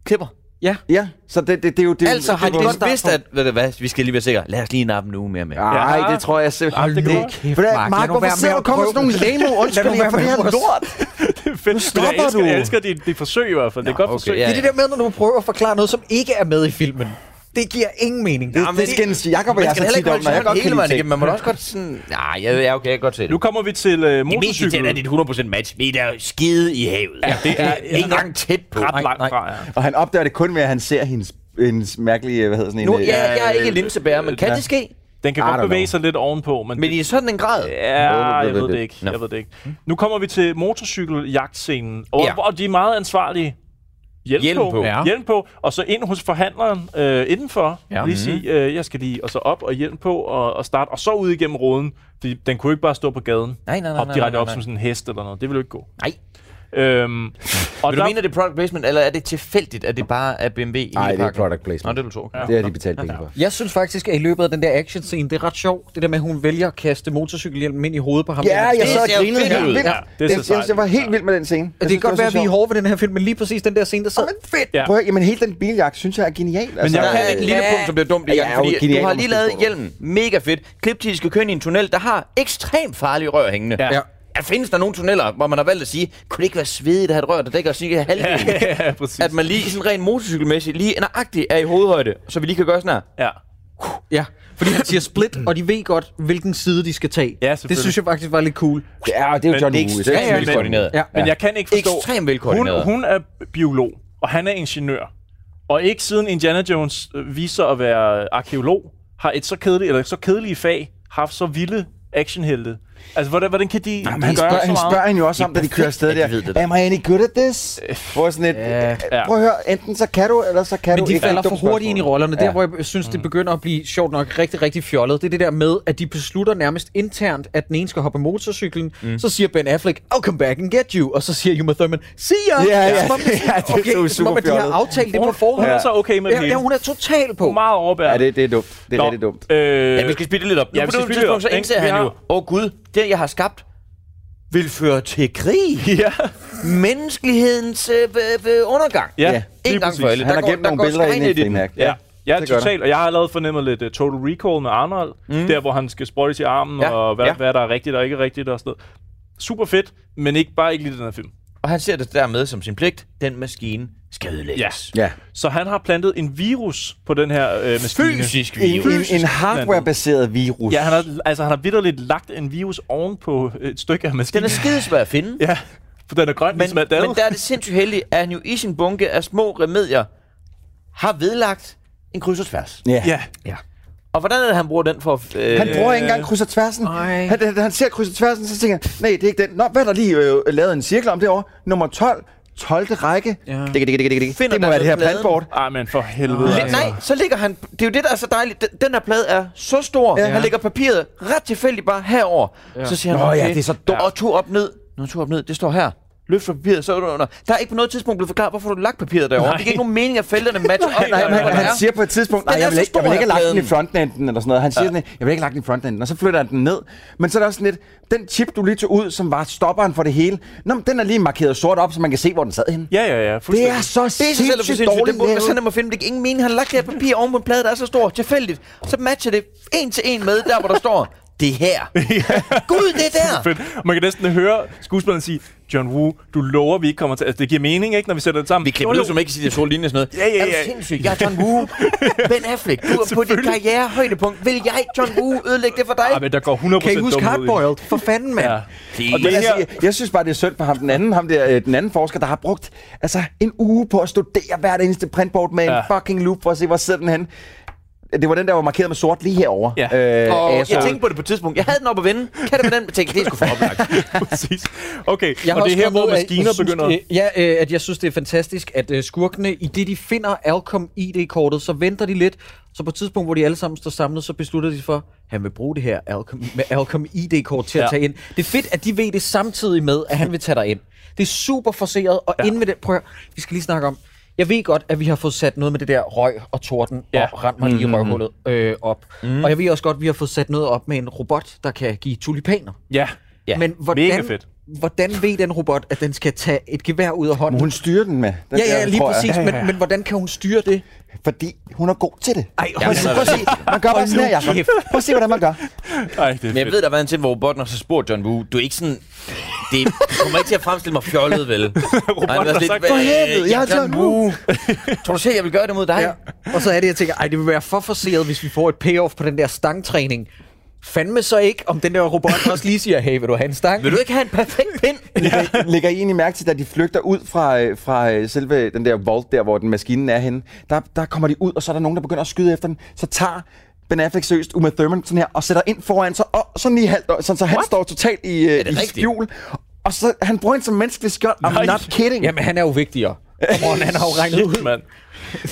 S3: klipper?
S1: Ja.
S4: Ja, så det, det, det er jo... Det, er jo-
S3: Altså, har
S4: det,
S3: de
S4: er jo-
S3: godt vidst, at ved du hvad, vi skal lige være sikre. Lad os lige nappe en uge mere med.
S4: Nej,
S2: Ja.
S4: det tror jeg
S2: Hold
S4: simpelthen
S2: det
S4: ikke.
S2: godt.
S4: Kæft, Mark, Mark hvorfor sidder du og kommer med sådan nogle lame undskyldninger for det her lort?
S2: det er fedt. Men
S4: stopper
S2: jeg elsker,
S4: du.
S2: jeg elsker dit, dit forsøg i hvert fald. det er et godt
S3: okay,
S2: forsøg.
S3: ja,
S1: Det er det der med, når du prøver at forklare noget, som ikke er med i filmen. Det giver ingen mening.
S4: Det, det skændes Jacob og
S3: Man skal
S4: jeg så
S3: heller
S4: tit
S3: ikke
S4: om,
S3: holde
S4: når jeg
S3: hånden
S4: godt kan
S3: hele vejen
S4: lide
S3: igennem.
S4: ting.
S3: Man må da også godt sådan... Nej, jeg, ja, okay, jeg kan godt se det.
S2: Nu kommer vi til øh,
S3: det mest irriterende er
S2: motorcyklen.
S3: dit 100% match. Vi er der skide i havet. Ja,
S2: det er-
S3: ikke engang tæt på.
S2: Ret langt fra, ja.
S4: Og han opdager det kun ved, at han ser hendes, hendes mærkelige, hvad hedder sådan en...
S3: Nu,
S4: øh,
S3: ja, jeg er ikke linsebærer, men kan
S4: ja.
S3: det ske?
S2: Den kan
S4: I don't
S2: godt bevæge
S4: know.
S2: sig lidt ovenpå, men...
S3: Men
S2: det-
S3: i sådan en grad.
S2: Ja, jeg
S4: ved
S2: ved det
S4: det.
S2: ikke.
S3: Nå.
S2: Jeg ved det ikke. Nu kommer vi til motorcykeljagtscenen, og,
S3: Ja.
S2: hvor de er meget ansvarlige. Hjelm,
S3: Hjelm
S2: på.
S3: på.
S2: Ja. Hjelm på. Og så ind hos forhandleren øh, indenfor. Ja. Lige
S3: Mhm.
S2: sige, øh, jeg skal lige... Og så op og hjelm på og, og starte. Og så ud igennem roden. Fordi den kunne ikke bare stå på gaden.
S3: Nej, nej, nej,
S2: Op
S3: nej,
S2: direkte
S3: nej,
S2: op
S3: nej.
S2: som sådan en hest eller noget. Det ville jo ikke gå.
S3: Nej.
S2: Øhm, og
S3: Vil du mene, at det er product placement, eller er det tilfældigt, at det bare er BMW i
S4: Nej,
S3: hele
S4: det er
S3: pakken?
S4: product placement.
S3: Nå, det er du tror. Okay.
S4: Det har de betalt penge for.
S1: Jeg synes faktisk, at i løbet af den der action scene, det er ret sjovt, det der med, at hun vælger at kaste motorcykelhjelmen ind i hovedet på ham.
S4: Ja, jeg
S3: det
S4: sad og
S3: ser
S4: grinede
S3: fedt
S4: helt
S3: ud.
S4: vildt.
S2: Ja, det ser
S4: Jeg-
S2: sejt
S4: jeg- Jeg var
S2: ud.
S4: helt vild med den scene.
S1: det kan godt være, at vi er hårde ved den her film, men lige præcis den der scene, der sad...
S4: Men fedt!
S2: Ja.
S4: Prøv at høre, jamen hele den biljagt, synes jeg er genial. Men
S3: Der er et lille
S4: ja.
S3: punkt, som bliver dumt i
S4: Ja,
S3: gang,
S4: ja, jo,
S3: fordi
S4: genial,
S3: du har
S4: når
S3: lige
S4: man skal
S3: lavet
S4: stå
S3: hjelmen. Mega fedt. Klip til, de skal køre ind i en tunnel, der har ekstremt farlige rør hængende.
S2: Ja. Ja.
S3: Er, findes der nogle tunneller, hvor man har valgt at sige, kunne det ikke være svedigt at have et rør, der dækker cirka halvdelen?
S2: Ja, ja, præcis.
S3: At man lige sådan rent motorcykelmæssigt, lige nøjagtigt er i hovedhøjde, så vi lige kan gøre sådan her.
S2: Ja.
S1: Ja, fordi han siger split, og de ved godt, hvilken side de skal tage.
S2: Ja,
S1: det
S2: selvfølgelig.
S1: synes jeg faktisk var lidt cool.
S4: Ja, og det er jo
S2: Men
S4: John
S3: det er
S4: Woo.
S3: ekstremt
S4: helt
S3: velkoordineret.
S1: Ja.
S2: Men jeg kan ikke forstå...
S3: Ekstremt velkoordineret.
S2: Hun, hun er biolog, og han er ingeniør. Og ikke siden Indiana Jones øh, viser at være arkeolog, har et så kedeligt, eller så kedelige fag haft så vilde actionhelte. Altså, hvordan, hvordan kan de
S4: Jamen, han,
S2: gøre
S4: spørger,
S2: så
S4: han
S2: meget?
S4: spørger hende jo også om, da de kører afsted
S2: perfekte, de ved
S4: der.
S2: det der.
S4: Am I any good at this? Hvor sådan et,
S1: Ja.
S4: prøv at høre, enten så kan du, eller så kan
S1: Men
S4: du
S1: de
S4: ikke.
S1: falder
S4: Dumt
S1: for hurtigt ind i
S4: spørgsmål.
S1: rollerne.
S4: Ja. Mm.
S1: Der, hvor jeg synes, det begynder at blive sjovt nok rigtig, rigtig fjollet, det er det der med, at de beslutter nærmest internt, at den ene skal hoppe af motorcyklen.
S4: Mm.
S1: Mm. Så siger Ben Affleck, I'll come back and get you. Og så siger Uma Thurman, see ya!
S4: Ja, ja.
S1: Som om-
S4: Ja, det er så
S1: okay,
S4: super
S1: som om, at de har
S4: fjollet.
S1: aftalt det på
S4: Hun-
S1: forhånd.
S4: hun er så
S2: okay med det
S1: ja,
S2: hele.
S1: ja, hun er total på.
S2: Meget overbæret.
S4: Ja, det, det er dumt. Det er rigtig dumt.
S2: Øh,
S3: Ja, vi skal spille lidt op. Nu
S2: Ja,
S3: ja,
S2: vi
S3: på
S2: skal
S3: det
S2: speede
S3: tidspunkt, så
S2: lidt op,
S3: indser
S2: ikke? Vi
S3: han jo,
S2: har-
S3: åh oh, Gud, det jeg har skabt, vil føre til krig.
S2: Ja.
S3: Menneskelighedens øh, øh, øh, undergang.
S2: Ja,
S3: en
S2: lige
S3: gang
S2: præcis.
S3: for alle.
S2: Han
S3: Der
S2: har
S3: går-
S2: gemt
S3: der
S2: nogle
S3: går
S2: billeder
S3: skregn
S2: inde i
S3: lidt
S2: din-
S3: den.
S2: Ja, ja
S3: det gør
S2: totalt. Og jeg har allerede fornemmet lidt uh, Total Recall med Arnold, mm. der hvor han skal sprøjtes i armen,
S3: Ja,
S2: ja. og hvad,
S3: ja.
S2: ja. hvad der er rigtigt og ikke rigtigt og sådan noget. Super fedt, men ikke bare ikke lige den her film.
S3: Og han ser det dermed som sin pligt. Den maskine skal ødelægges.
S4: Ja.
S2: Så han har plantet en virus på den her øh, maskine.
S3: Fysisk
S4: En, en, en hardware-baseret virus.
S2: Ja, han har, altså, han har vidderligt lagt en virus ovenpå et stykke af maskinen.
S3: Den er skidesvær at finde.
S2: Ja, for den er grøn, men, ligesom alt andet.
S3: Men der er det sindssygt heldigt, at han jo i sin bunke af små remedier har vedlagt en kryds og tværs.
S4: Ja.
S2: ja.
S3: ja. Og hvordan er det, han bruger den for... Øh,
S4: Han bruger ikke engang kryds og tværsen. Han, han, han ser kryds og tværsen, så tænker han, nej, det er ikke den. Nå, hvad er der lige øh, lavet en cirkel om derovre? Nummer 12. 12. række. Ja. Det, det, det, det, det, det må være det her plantbord.
S2: Ej, men for helvede. altså.
S3: Læ- nej, så ligger han... Det er jo det, der er så dejligt. Den, den her plade er så stor. Ja.
S4: Ja.
S3: Han lægger papiret ret tilfældigt bare herover. Ja.
S4: Ja.
S3: Så siger han,
S4: Nå
S3: okay,
S4: ja, det er så dumt.
S3: Og to op ned. Nå, to op ned. Det står her. Løfter papiret, så er du under. Der er ikke på noget tidspunkt blevet forklaret, hvorfor du har lagt papiret derovre.
S4: Nej.
S3: Det giver ikke nogen mening, at felterne matcher op.
S4: Nej, nej, men han, han siger på et tidspunkt,
S3: Den
S4: nej,
S3: er
S4: jeg vil
S3: så
S4: ikke, jeg
S3: stor,
S4: vil ikke have lagt den i
S3: pladen."
S4: frontenden eller sådan noget. Han siger sådan, jeg vil ikke have lagt den i frontenden, og så flytter han den ned. Men så er der også sådan lidt, den chip, du lige tog ud, som var stopperen for det hele, nå, men den er lige markeret sort op, så man kan se, hvor den sad henne.
S2: Ja, ja, ja.
S4: Det er så sindssygt dårligt
S3: Det burde være så
S4: lavet.
S3: nemt at finde. Det er ingen mening. Han har lagt det her papir oven på en plade, der er så stor. Tilfældigt. Så matcher det en til en med, der hvor der står, det her. Gud, det er der.
S2: Fedt. Man kan næsten høre skuespilleren sige, John Woo, du lover, vi ikke kommer til... Altså, det giver mening, ikke, når vi sætter det sammen. Vi
S3: klipper ud, som ikke siger to linjer og sådan
S2: noget. Ja, ja,
S3: Er
S2: ja.
S3: du sindssyg? Jeg er John Woo. Ben Affleck, du er på dit karrierehøjdepunkt. Vil jeg, John Woo, ødelægge det for dig?
S2: Ej, Ah, men der går 100%
S1: Kan I huske
S2: dumt ud i det.
S1: Hardboiled? For fanden, mand. Ja.
S4: Og det, altså, jeg, jeg synes bare, det er synd for ham, den anden, ham der, øh, den anden forsker, der har brugt altså, en uge på at studere hvert eneste printboard med ja. en
S2: Ja.
S4: fucking loop for at se, hvor sidder den henne. Det var den, der var markeret med sort lige herover. Øh,
S2: Ja.
S3: Og
S4: af
S3: jeg
S4: solen.
S3: tænkte på det på et tidspunkt. Jeg havde den op at vende. Kan det med den? Jeg tænkte, det er sgu for oplagt.
S2: Præcis. Okay,
S1: Jeg har
S2: og det
S1: også
S2: er her,
S1: skrevet
S2: hvor
S1: ned, at
S2: maskiner
S1: jeg synes,
S2: begynder...
S1: øh, Ja, øh, at jeg synes, det er fantastisk, at øh, skurkene, i det de finder Alcom ID-kortet, så venter de lidt. Så på et tidspunkt, hvor de alle sammen står samlet, så beslutter de for, han vil bruge det her Alcom, med Alcom ID-kort til ja.
S2: Ja.
S1: at tage ind. Det er fedt, at de ved det samtidig med, at han vil tage dig ind. Det er super forceret, og ja. inden med det, prøv at, høre, vi skal lige snakke om, jeg ved godt, at vi har fået sat noget med det der røg og torden
S2: Ja.
S1: ja.
S2: Mm-hmm.
S1: og rent mig lige i røvhullet øh, op. Mm. Og jeg ved også godt, at vi har fået sat noget op med en robot, der kan give tulipaner.
S2: Ja,
S1: Ja, men hvordan,
S2: mega fedt.
S1: hvordan ved den robot, at den skal tage et gevær ud af hånden?
S4: Hun styrer den med. Den
S1: ja, ja,
S4: der,
S1: lige
S4: tror jeg.
S1: præcis. Men, men hvordan kan hun styre det?
S4: Fordi hun er god til det.
S1: Ej,
S4: Prøv at se, prøv at se. Man gør bare sådan her, Jacob. Prøv at se, hvordan man gør.
S2: Ej, det er
S3: Men jeg
S2: fedt.
S3: ved, der var en til, hvor robotten har så spurgt John Woo, du er ikke sådan... Det kommer ikke til at fremstille mig fjollet, vel? robotten
S2: har sagt,
S4: "For helvede, jeg er John Woo."
S3: Tror du selv, jeg vil gøre det mod dig?
S1: Og så er det, jeg tænker, ej, det vil være for forceret, hvis vi får et payoff på den der stangtræning. Fandme så ikke, om den der robot også lige siger, hey, vil du have en stang?
S3: Vil du ikke have en perfekt pind?
S4: Lægger, lægger I egentlig mærke til, da de flygter ud fra, øh, fra øh, selve den der vault der, hvor den maskinen er henne, der, der kommer de ud, og så er der nogen, der begynder at skyde efter dem. Så tager Ben Affleck seriøst Uma Thurman sådan her, og sætter ind foran sig, og sådan lige halvt, sådan, så han står totalt i, øh,
S3: det
S4: i
S3: rigtigt?
S4: skjul. Og så, han bruger en som menneskelig skjold. I'm
S2: Nej.
S4: not kidding.
S1: Jamen, han er jo vigtigere. Morgen, han har jo regnet ud.
S2: Shit, mand.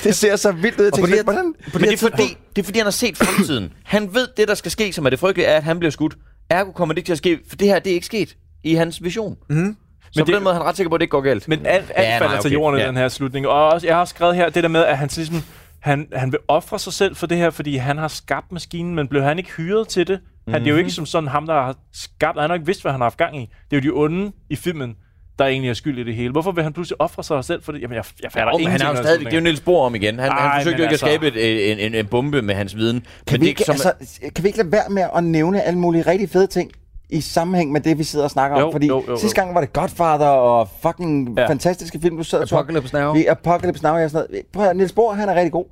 S4: Det ser så vildt ud. Jeg tænker, hvordan?
S3: Men det er, fordi, det er fordi, han har set fremtiden. Han ved, det der skal ske, som er det frygtelige, er, at han bliver skudt. Ergo kommer det ikke til at ske, for det her, det er ikke sket i hans vision. Mm. Så men på
S2: det-
S3: den måde er han ret sikker på, at det ikke går galt.
S2: Men alt, alt
S3: Ja,
S2: ja, falder
S3: nej,
S2: til
S3: okay.
S2: jorden i
S3: Ja.
S2: den her slutning. Og også, jeg har skrevet her det der med, at han ligesom, han, han vil ofre sig selv for det her, fordi han har skabt maskinen, men blev han ikke hyret til det? Han, Det er jo ikke
S1: Mhm.
S2: som sådan ham, der har skabt, han har ikke vidst, hvad han har haft gang i. Det er jo de onde i filmen, der egentlig er skyld i det hele. Hvorfor vil han pludselig ofre sig selv for det? Jamen, jeg, jeg fatter
S3: Jo, men han
S2: ingenting
S3: er
S2: af
S3: jo
S2: den
S3: stadigvæk, det er jo
S2: slutning.
S3: Niels Bohr om igen. Han, Ej, han
S2: Ej,
S3: forsøgte
S2: men
S3: jo ikke altså.
S2: altså.
S3: at skabe et, en, en, en bombe med hans viden.
S4: Kan
S3: men det
S4: vi,
S3: er ikke
S4: ikke,
S3: som,
S4: altså, kan vi ikke lade være med at nævne alle mulige rigtig fede ting i sammenhæng med det, vi sidder og snakker
S2: Jo,
S4: om? Fordi
S2: jo, jo, jo.
S4: sidste gang var det Godfather og fucking
S2: Ja.
S4: ja. fantastiske film, du sad og så.
S1: Apocalypse Now.
S4: Vi Apocalypse Now og sådan noget. Prøv at høre, Niels Bohr, han er rigtig god.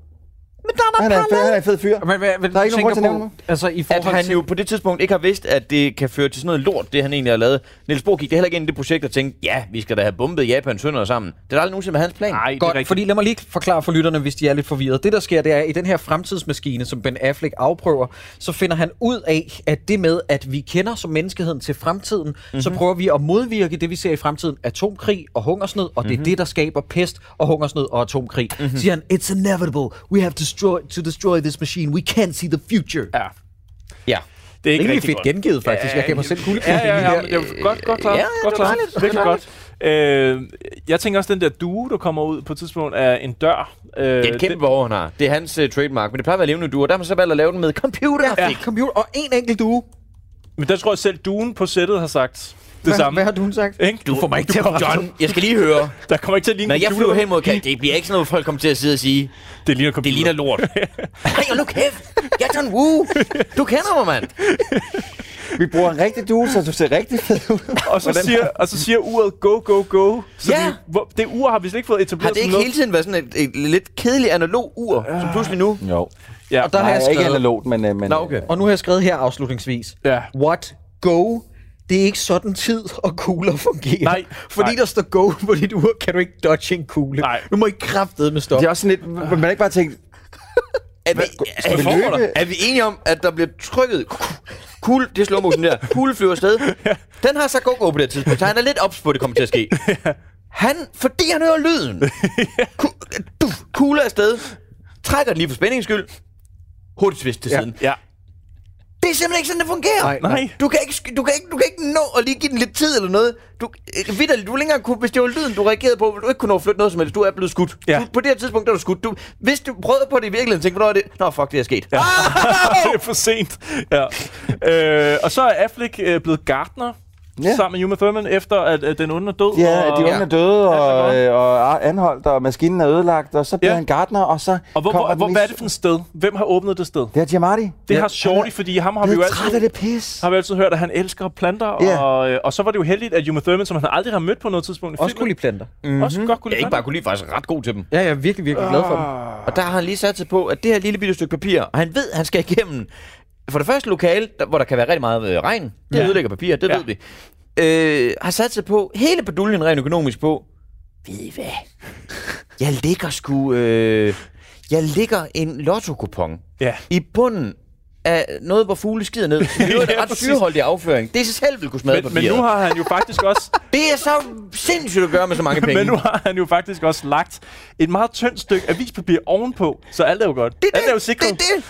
S1: Men der
S4: Han er, en fed- han er en fed fyr.
S1: Men, hvad, hvad,
S4: der er ikke nogen grund til at nævne ham.
S1: Altså, i
S3: at
S1: forhold
S3: han
S1: til-
S3: jo på det tidspunkt ikke har vidst, at det kan føre til sådan noget lort, det han egentlig har lavet. Niels Bohr gik det heller ikke ind i det projekt og tænkte, ja, vi skal da have bombet Japan sønder sammen. Det er da aldrig nogensinde hans plan.
S1: Nej, Godt, fordi lad mig lige forklare for lytterne, hvis de er lidt forvirrede. Det, der sker, det er, at i den her fremtidsmaskine, som Ben Affleck afprøver, så finder han ud af, at det med, at vi kender som menneskeheden til fremtiden, mm-hmm. så
S3: Mhm.
S1: prøver vi at modvirke det, vi ser i fremtiden, atomkrig og hungersnød, og det er
S3: Mhm.
S1: mm-hmm. det, der skaber pest og hungersnød og atomkrig. Mm-hmm. Siger han, it's inevitable, we have destroy, to destroy this machine, we can't see the future.
S2: Ja.
S3: Ja.
S2: Det er ikke
S1: Rimelig
S2: rigtig
S1: fedt
S2: godt.
S1: gengivet, faktisk. Jeg gav mig selv kuldegysning
S2: Ja, ja,
S1: lige
S2: ja.
S1: der.
S2: men Det var godt, godt klart.
S1: Ja, ja,
S2: godt
S1: det var
S2: klart.
S1: dejligt.
S2: Virkelig
S1: Det var
S2: godt. Øh, jeg tænker også, den der due, der kommer ud på et tidspunkt, er en dør. Øh,
S3: Det er et kæmpe behov, han har. Det er hans uh, trademark, men det plejer at være levende duer. Der har man så valgt at lave den med computer.
S1: Ja, computer og en enkelt due.
S2: Men der tror jeg selv, duen på sættet har sagt det
S1: Hvad-
S2: samme.
S1: hvad har duen sagt?
S2: Ikke?
S3: Du får mig ikke til at
S2: kommer-
S3: John, jeg skal lige høre.
S2: Der kommer ikke til at ligne
S3: Når jeg
S2: computer.
S3: flyver hen mod Kalt, det bliver ikke sådan noget, folk kommer til at sidde og sige.
S2: Det ligner,
S3: det ligner lort. Nej, og nu kæft. Jeg er John Woo. Du kender mig, mand.
S4: Vi bruger en rigtig duo, så du ser rigtig fed ud.
S2: Og så,
S4: Hvordan-
S2: siger, og så siger uret go, go, go. Så
S3: Ja.
S2: vi, hvor, det ur har vi slet ikke fået etableret.
S3: Har det
S2: som
S3: ikke
S2: noget.
S3: hele tiden været sådan et, et lidt kedeligt analog ur, som pludselig nu?
S4: Jo.
S2: Ja,
S1: og Ah. der
S4: Nej,
S1: har jeg
S4: ikke
S1: skrevet,
S4: analogt, men... øh, men
S3: Nå, okay.
S1: Og nu har jeg skrevet her afslutningsvis.
S2: Ja.
S1: What? Go? Det er ikke sådan tid og kugler fungerer.
S2: Nej,
S1: Fordi
S2: nej.
S1: der står go på dit ur, kan du ikke dodge en kugle.
S2: Nej.
S1: Nu må I kraftede med stop.
S4: Det er også sådan lidt... Vil man ikke bare tænke...
S3: Er vi, er,
S4: Hvad foregår der?
S3: er, er vi enige om, at der bliver trykket? Kul, det slår motion der. Kul flyver afsted. Den har så go-go på det her tidspunkt, så han er lidt ops på, at det kommer til at ske. Han, fordi han hører lyden. Ku- Puf, Kugler afsted. Trækker den lige for spændingens skyld. Hurtigt twist til siden.
S2: Ja.
S3: Det er simpelthen ikke sådan, det fungerer.
S1: Nej,
S2: nej.
S3: Du, kan ikke, sk- du, kan ikke, du kan ikke nå at lige give den lidt tid eller noget. Du, øh, vidderligt, du ville ikke engang kunne, hvis det var lyden, du reagerede på, ville du ikke kunne nå at flytte noget som helst. Du er blevet skudt.
S2: Ja.
S3: Du, på det her tidspunkt der er du skudt. Du, hvis du prøvede på det i virkeligheden, tænkte, hvornår er det? Nå, fuck, det er sket. Ah! Ja.
S2: det er for sent. Ja. Øh, og så er Affleck øh, blevet gartner
S4: Ja.
S2: ja. sammen med Uma Thurman, efter at øh, den onde er død.
S4: Ja,
S2: og,
S4: de unge er døde, og, øh, og er anholdt, og maskinen er ødelagt, og så bliver
S2: Ja.
S4: han gartner, og så
S2: og hvor,
S4: kommer
S2: hvor,
S4: den
S2: hvor,
S4: lige-
S2: hvad er det for et sted? Hvem har åbnet det sted?
S4: Det er Giamatti.
S2: Det har Shorty, fordi ham har vi jo
S4: Jeg er træt af
S2: altid,
S4: det pis.
S2: har vi altid hørt, at han elsker planter.
S4: Ja.
S2: Og, øh, og så var det jo heldigt, at Uma Thurman, som han aldrig har mødt på noget tidspunkt i
S1: Også
S2: filmen,
S1: kunne planter.
S2: mm-hmm. også godt kunne
S3: Jeg
S2: lide
S3: ikke bare kunne lide, faktisk ret god til dem.
S1: Ja, jeg er virkelig, virkelig glad for dem.
S3: Og der har han lige sat sig på, at det her lille bitte stykke papir, og han ved, at han skal igennem. For det første lokale, der, hvor der kan være rigtig meget øh, regn, det
S2: Ja.
S3: ødelægger papir, det
S2: Ja.
S3: ved vi. Øh, har sat sig på, hele beduljen rent økonomisk på, ved I hvad? Jeg ligger sgu, øh, jeg ligger en lottokupon
S2: Ja.
S3: i bunden af noget, hvor fugle skider ned. Det er jo en
S2: Ja,
S3: ret
S2: præcis.
S3: syreholdig afføring. Det i sig selv vil kunne smadre
S2: Men, men
S3: papiret.
S2: nu har han jo faktisk også
S3: Det er så sindssygt at gøre med så mange penge.
S2: men nu har han jo faktisk også lagt et meget tyndt stykke avispapir ovenpå, så alt er jo godt.
S3: Det er
S2: alt er jo
S3: det,
S2: sikret.
S3: det, er det.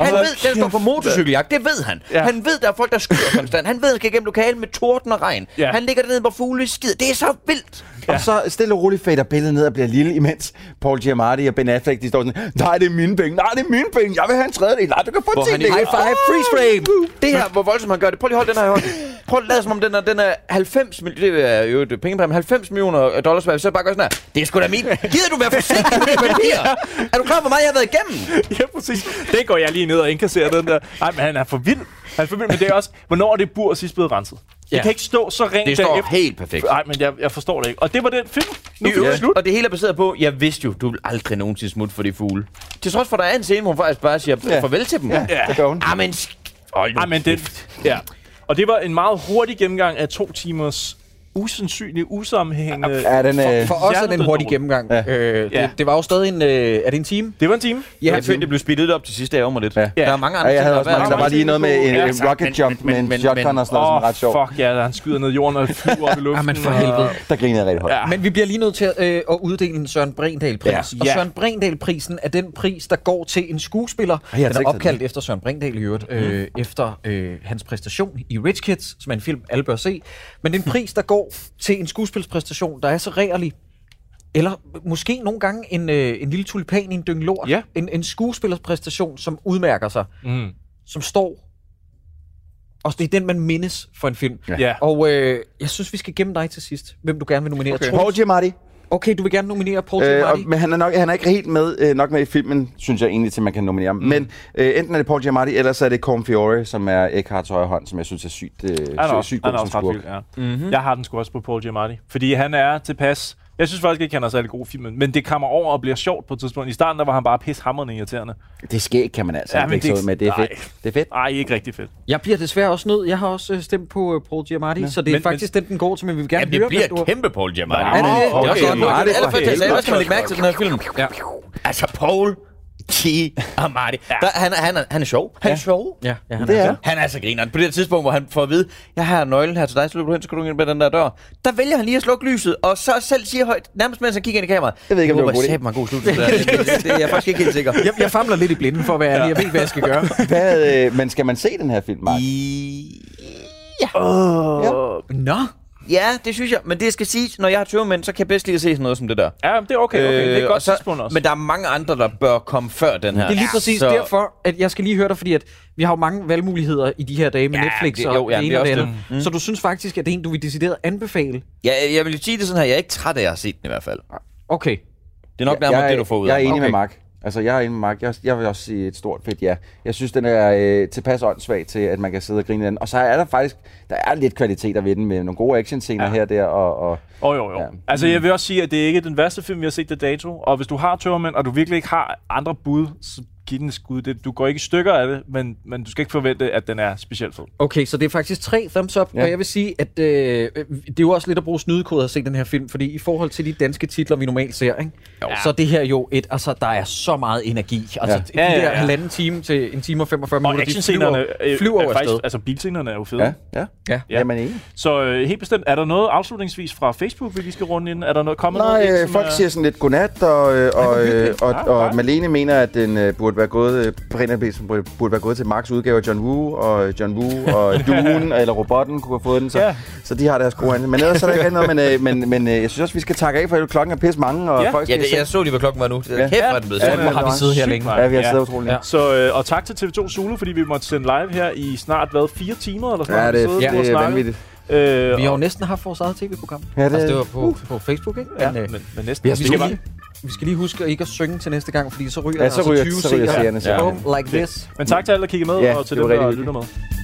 S3: Han
S2: Hold
S3: ved, den står på motorcykeljagt, det ved han. Ja.
S2: Ja.
S3: Han ved, der er folk, der skyder konstant. Han ved, han skal igennem lokalen med torden og regn. Ja.
S2: Ja.
S3: Han ligger dernede, hvor fugle skider. Det er så vildt.
S4: Og så stille og roligt fader billedet ned og bliver lille, imens Paul Giamatti og Ben Affleck, de står sådan, nej, det er mine penge, nej, det er mine penge, jeg vil have en tredjedel, nej, du kan få
S3: Hvor
S4: en
S3: han
S4: ting.
S3: i-
S4: High five, freeze frame.
S3: Det her, hvor voldsomt han gør det. Prøv lige at holde den her i hånden. Prøv at lade som om den er, den er 90 millioner, det er jo et pengepræmie, 90 millioner dollars, værd. så bare gør sådan her. Det er sgu da min. Gider du være forsigtig med dit papir? Er du klar, hvor meget jeg har været igennem?
S2: Ja, præcis. Det går jeg lige ned og indkasserer den der. Nej, men han er for vild. Han er for vild, men det er også, hvornår er det bur sidst blevet renset? Ja.
S3: Ja.
S2: Det kan ikke stå så rent
S3: Det står helt perfekt.
S2: Nej, men jeg, jeg forstår det ikke. Og det var den film. Nu
S3: I
S2: er
S3: øvrigt, slut.
S2: det slut.
S3: Og det hele er baseret på, jeg vidste jo, du vil aldrig nogensinde smutte for de fugle. Til trods for, at der er en scene, hvor hun faktisk bare siger ja. farvel til dem. Ja,
S4: Ja. Det gør hun.
S3: Ah, men... sk- Hold nu.
S2: Ej, men den, ja. Og det var en meget hurtig gennemgang af to timers usandsynlig usammenhængende...
S4: Ja, den, øh,
S1: For os er det en hurtig
S2: Hjernedød.
S1: gennemgang. Ja. Øh,
S2: Ja.
S1: det, det var jo stadig en... Øh, er det en time?
S2: Det var en time.
S1: Ja,
S3: Jeg følte, det blev speedet op til sidste af mig lidt.
S4: Ja.
S3: Der er mange andre
S4: Ja, jeg havde
S3: der
S4: også
S3: er
S4: mange, der
S3: værre.
S4: var lige noget med en,
S2: Ja,
S4: en
S2: tak,
S4: rocket jump med en shotgun og sådan noget, som
S2: Åh,
S4: var ret sjovt.
S2: fuck ja, han skyder ned i jorden og flyver op i luften.
S1: Jamen, for
S2: og-
S1: helvede.
S4: Der grinede jeg rigtig højt.
S2: Ja.
S1: Men vi bliver lige nødt til at, øh, at uddele en Søren Brindahl-pris.
S2: Ah. Ja.
S1: Og
S2: Ja.
S1: Søren Brindahl-prisen er den pris, der går til en
S2: Ah,
S1: skuespiller.
S4: Ej, jeg har
S1: Den
S4: tænkt
S1: er
S4: over
S1: opkaldt
S4: det.
S1: efter Søren Brindahl i øvrigt,
S2: Mhm.
S1: øh, efter øh, hans præstation i Rich Kids, som er en film, alle bør se. Men det er en pris, der går til en skuespilspræstation, der er så rærlig, eller måske nogle gange en, øh, en lille tulipan i en dynge lort.
S2: Ja.
S1: En, en skuespillerpræstation, som udmærker sig,
S2: Mm.
S1: som står... Og det er den, man mindes for en film.
S2: Ja.
S1: Og øh, jeg synes, vi skal gemme dig til sidst, hvem du gerne vil nominere. Okay.
S4: Paul Giamatti.
S1: Okay, du vil gerne nominere Paul
S4: Øh, og,
S1: Giamatti.
S4: men han er, nok, han er ikke helt med, øh, nok med i filmen, synes jeg egentlig, til man kan nominere ham. Mm. Men øh, enten er det Paul Giamatti, eller så er det Corn Fiore, som er Eckharts højre hånd, som jeg synes er sygt, øh,
S2: Han er
S4: sygt,
S2: også,
S4: sygt
S2: han
S4: god
S2: er
S4: som
S2: også ret
S4: skurk.
S2: vild, ja. Mm-hmm. Jeg har den sgu også på Paul Giamatti, fordi han er tilpas Jeg synes faktisk ikke, han er særlig god i filmen, men det kommer over og bliver sjovt på et tidspunkt. I starten der var han bare pishammerende irriterende.
S4: Det sker kan man altså ja, ikke det, ud med. Det er
S2: nej.
S4: fedt. Det er fedt.
S2: Nej, ikke rigtig fedt.
S1: Jeg bliver desværre også nødt. Jeg har også øh, stemt på øh, Paul Giamatti, ja. så det er men,
S2: Men-
S1: faktisk men, den, den går til, men vi vil gerne
S3: Jamen, det
S1: høre,
S3: bliver
S1: hvem du-
S3: kæmpe Paul Giamatti.
S1: Nå, Er det det? okay.
S3: også godt nok.
S4: Giamatti
S3: Allerførst,
S4: for
S3: jeg sagde,
S4: helvede.
S3: Hvad skal man lægge mærke til i den her film? Ja. Altså, Paul Giamatti. Der, han, er- han, er, han er sjov. Han er sjov.
S1: Ja, ja han
S4: Det er
S2: altså-
S1: er.
S4: han.
S3: Han er så grineren. På det her tidspunkt, hvor han får at vide, jeg har nøglen her til dig, så løber du hen, så kan du ind med den der dør. Der vælger han lige at slukke lyset, og så selv siger højt, nærmest mens han kigger ind i kameraet.
S4: Jeg ved ikke, om det var en god idé.
S3: det var en god slut. Det, det, det, er jeg faktisk ikke helt sikker.
S1: Jeg, jeg famler lidt i blinden for at være ærlig. Jeg ved ikke, hvad jeg skal gøre.
S4: Hvad, øh, men skal man se den her film, Mark?
S1: Nå.
S3: Ja, det synes jeg, men det skal siges, når jeg har tøvermænd, så kan jeg bedst lige at se sådan noget som det der.
S2: Ja, men det er okay. okay. det er
S3: Øh,
S2: et godt
S3: og så-
S2: tidspunkt også.
S3: Men der er mange andre, der bør komme før den her.
S1: Det er lige præcis så... derfor, at jeg skal lige høre dig, fordi at vi har jo mange valgmuligheder i de her dage med
S3: Ja,
S1: Netflix
S3: det-
S1: og
S3: jo, ja,
S1: det
S3: det
S1: ene
S3: er
S1: og det
S3: også
S1: andet. Mm. Så du synes faktisk, at det er en, du vil decideret anbefale?
S3: Jeg, jeg vil jo sige det sådan her, jeg er ikke træt af at have set den i hvert fald.
S1: Okay.
S3: Det er nok nærmere
S4: jeg,
S3: det, du får ud
S4: Jeg er
S3: af
S4: enig
S3: den.
S4: okay. med Mark. Altså, jeg er enig med Mark. Jeg, jeg vil også sige et stort fedt ja. Jeg synes, den er øh, tilpas åndssvag til, at man kan sidde og grine af den. Og så er der faktisk, der er lidt kvaliteter ved den, med nogle gode actionscener ja. her og der, og, og
S2: Åh, oh, jo, jo.
S4: Ja.
S2: Ja. Altså, jeg vil også sige, at det er ikke den værste film, vi har set til dato. Og hvis du har tørmænd, og du virkelig ikke har andre bud, så giv den et skud. Det, du går ikke i stykker af det, men, men du skal ikke forvente, at den er specielt fed.
S1: Okay, så det er faktisk tre thumbs up, ja.
S4: Ja.
S1: og jeg vil sige, at øh, øh, det er jo også lidt at bruge snydekoder at se den her film, fordi i forhold til de danske titler, vi normalt ser, ikke? så er det her jo et, altså der er så meget energi. Altså ja.
S2: Ja,
S1: de
S2: ja,
S1: der
S2: ja.
S1: halvanden time til en time og 45
S2: Og
S1: minutter, de
S2: actionscenerne
S1: flyver,
S2: øh,
S1: flyver
S2: er
S1: jo
S2: faktisk,
S1: afsted.
S2: altså bilscenerne er jo fede.
S4: ja, ja.
S1: Ja.
S4: ja. Jamen, enig.
S2: Så øh, helt bestemt, er der noget afslutningsvis fra Facebook, vi lige skal runde ind? Er der noget kommet noget?
S4: Nej,
S2: ind,
S4: øh,
S2: som
S4: folk
S2: er-
S4: siger sådan lidt godnat, og, øh, og, øh, og, og,
S2: Ah, dejligt.
S4: og Malene mener, at den øh, burde være gået, øh, på en af dem, som burde- burde være gået til Marks udgave af John Woo, og øh, John Woo og Dune, eller robotten kunne have fået den, så,
S2: Ja.
S4: ja. så de har deres gode handel. Men ellers er der ikke andet, men, øh, men, men øh, jeg synes også, vi skal takke af, for klokken er pisse mange, og
S2: Ja.
S4: folk
S3: Ja,
S4: skal
S3: det, jeg så lige, hvad klokken var nu. Kæft, var den blevet
S4: Ja,
S3: sent.
S4: den er-
S1: har vi siddet her længe.
S4: Ja, vi har siddet utroligt.
S1: Ja.
S4: Ja.
S2: Så, øh, og tak til TV2 Zulu, fordi vi måtte sende live her i snart, hvad, fire timer? Eller sådan
S4: Ja,
S2: noget,
S4: det,
S2: vi sidder
S4: ja,
S2: og
S4: det er
S2: snakker.
S4: vanvittigt.
S2: Øh,
S1: Vi har jo næsten haft vores eget tv-program.
S4: Ja, det,
S1: Altså det
S4: er-
S1: var på, uh. på Facebook, ikke?
S2: ja,
S1: Men, øh,
S2: men, men næsten.
S1: Vi, har, vi, skal
S2: bare-
S1: lige, vi skal lige huske at ikke at synge til næste gang, fordi så ryger
S4: Ja, så
S1: der
S4: ryger-
S1: altså 20
S4: så ryger
S1: seere.
S4: seerne, så-
S1: Boom, like this.
S2: Men tak til alle, der kigger med,
S4: Ja,
S2: og til
S4: det
S2: dem,
S4: var
S2: der
S4: rigtig
S2: lytter med.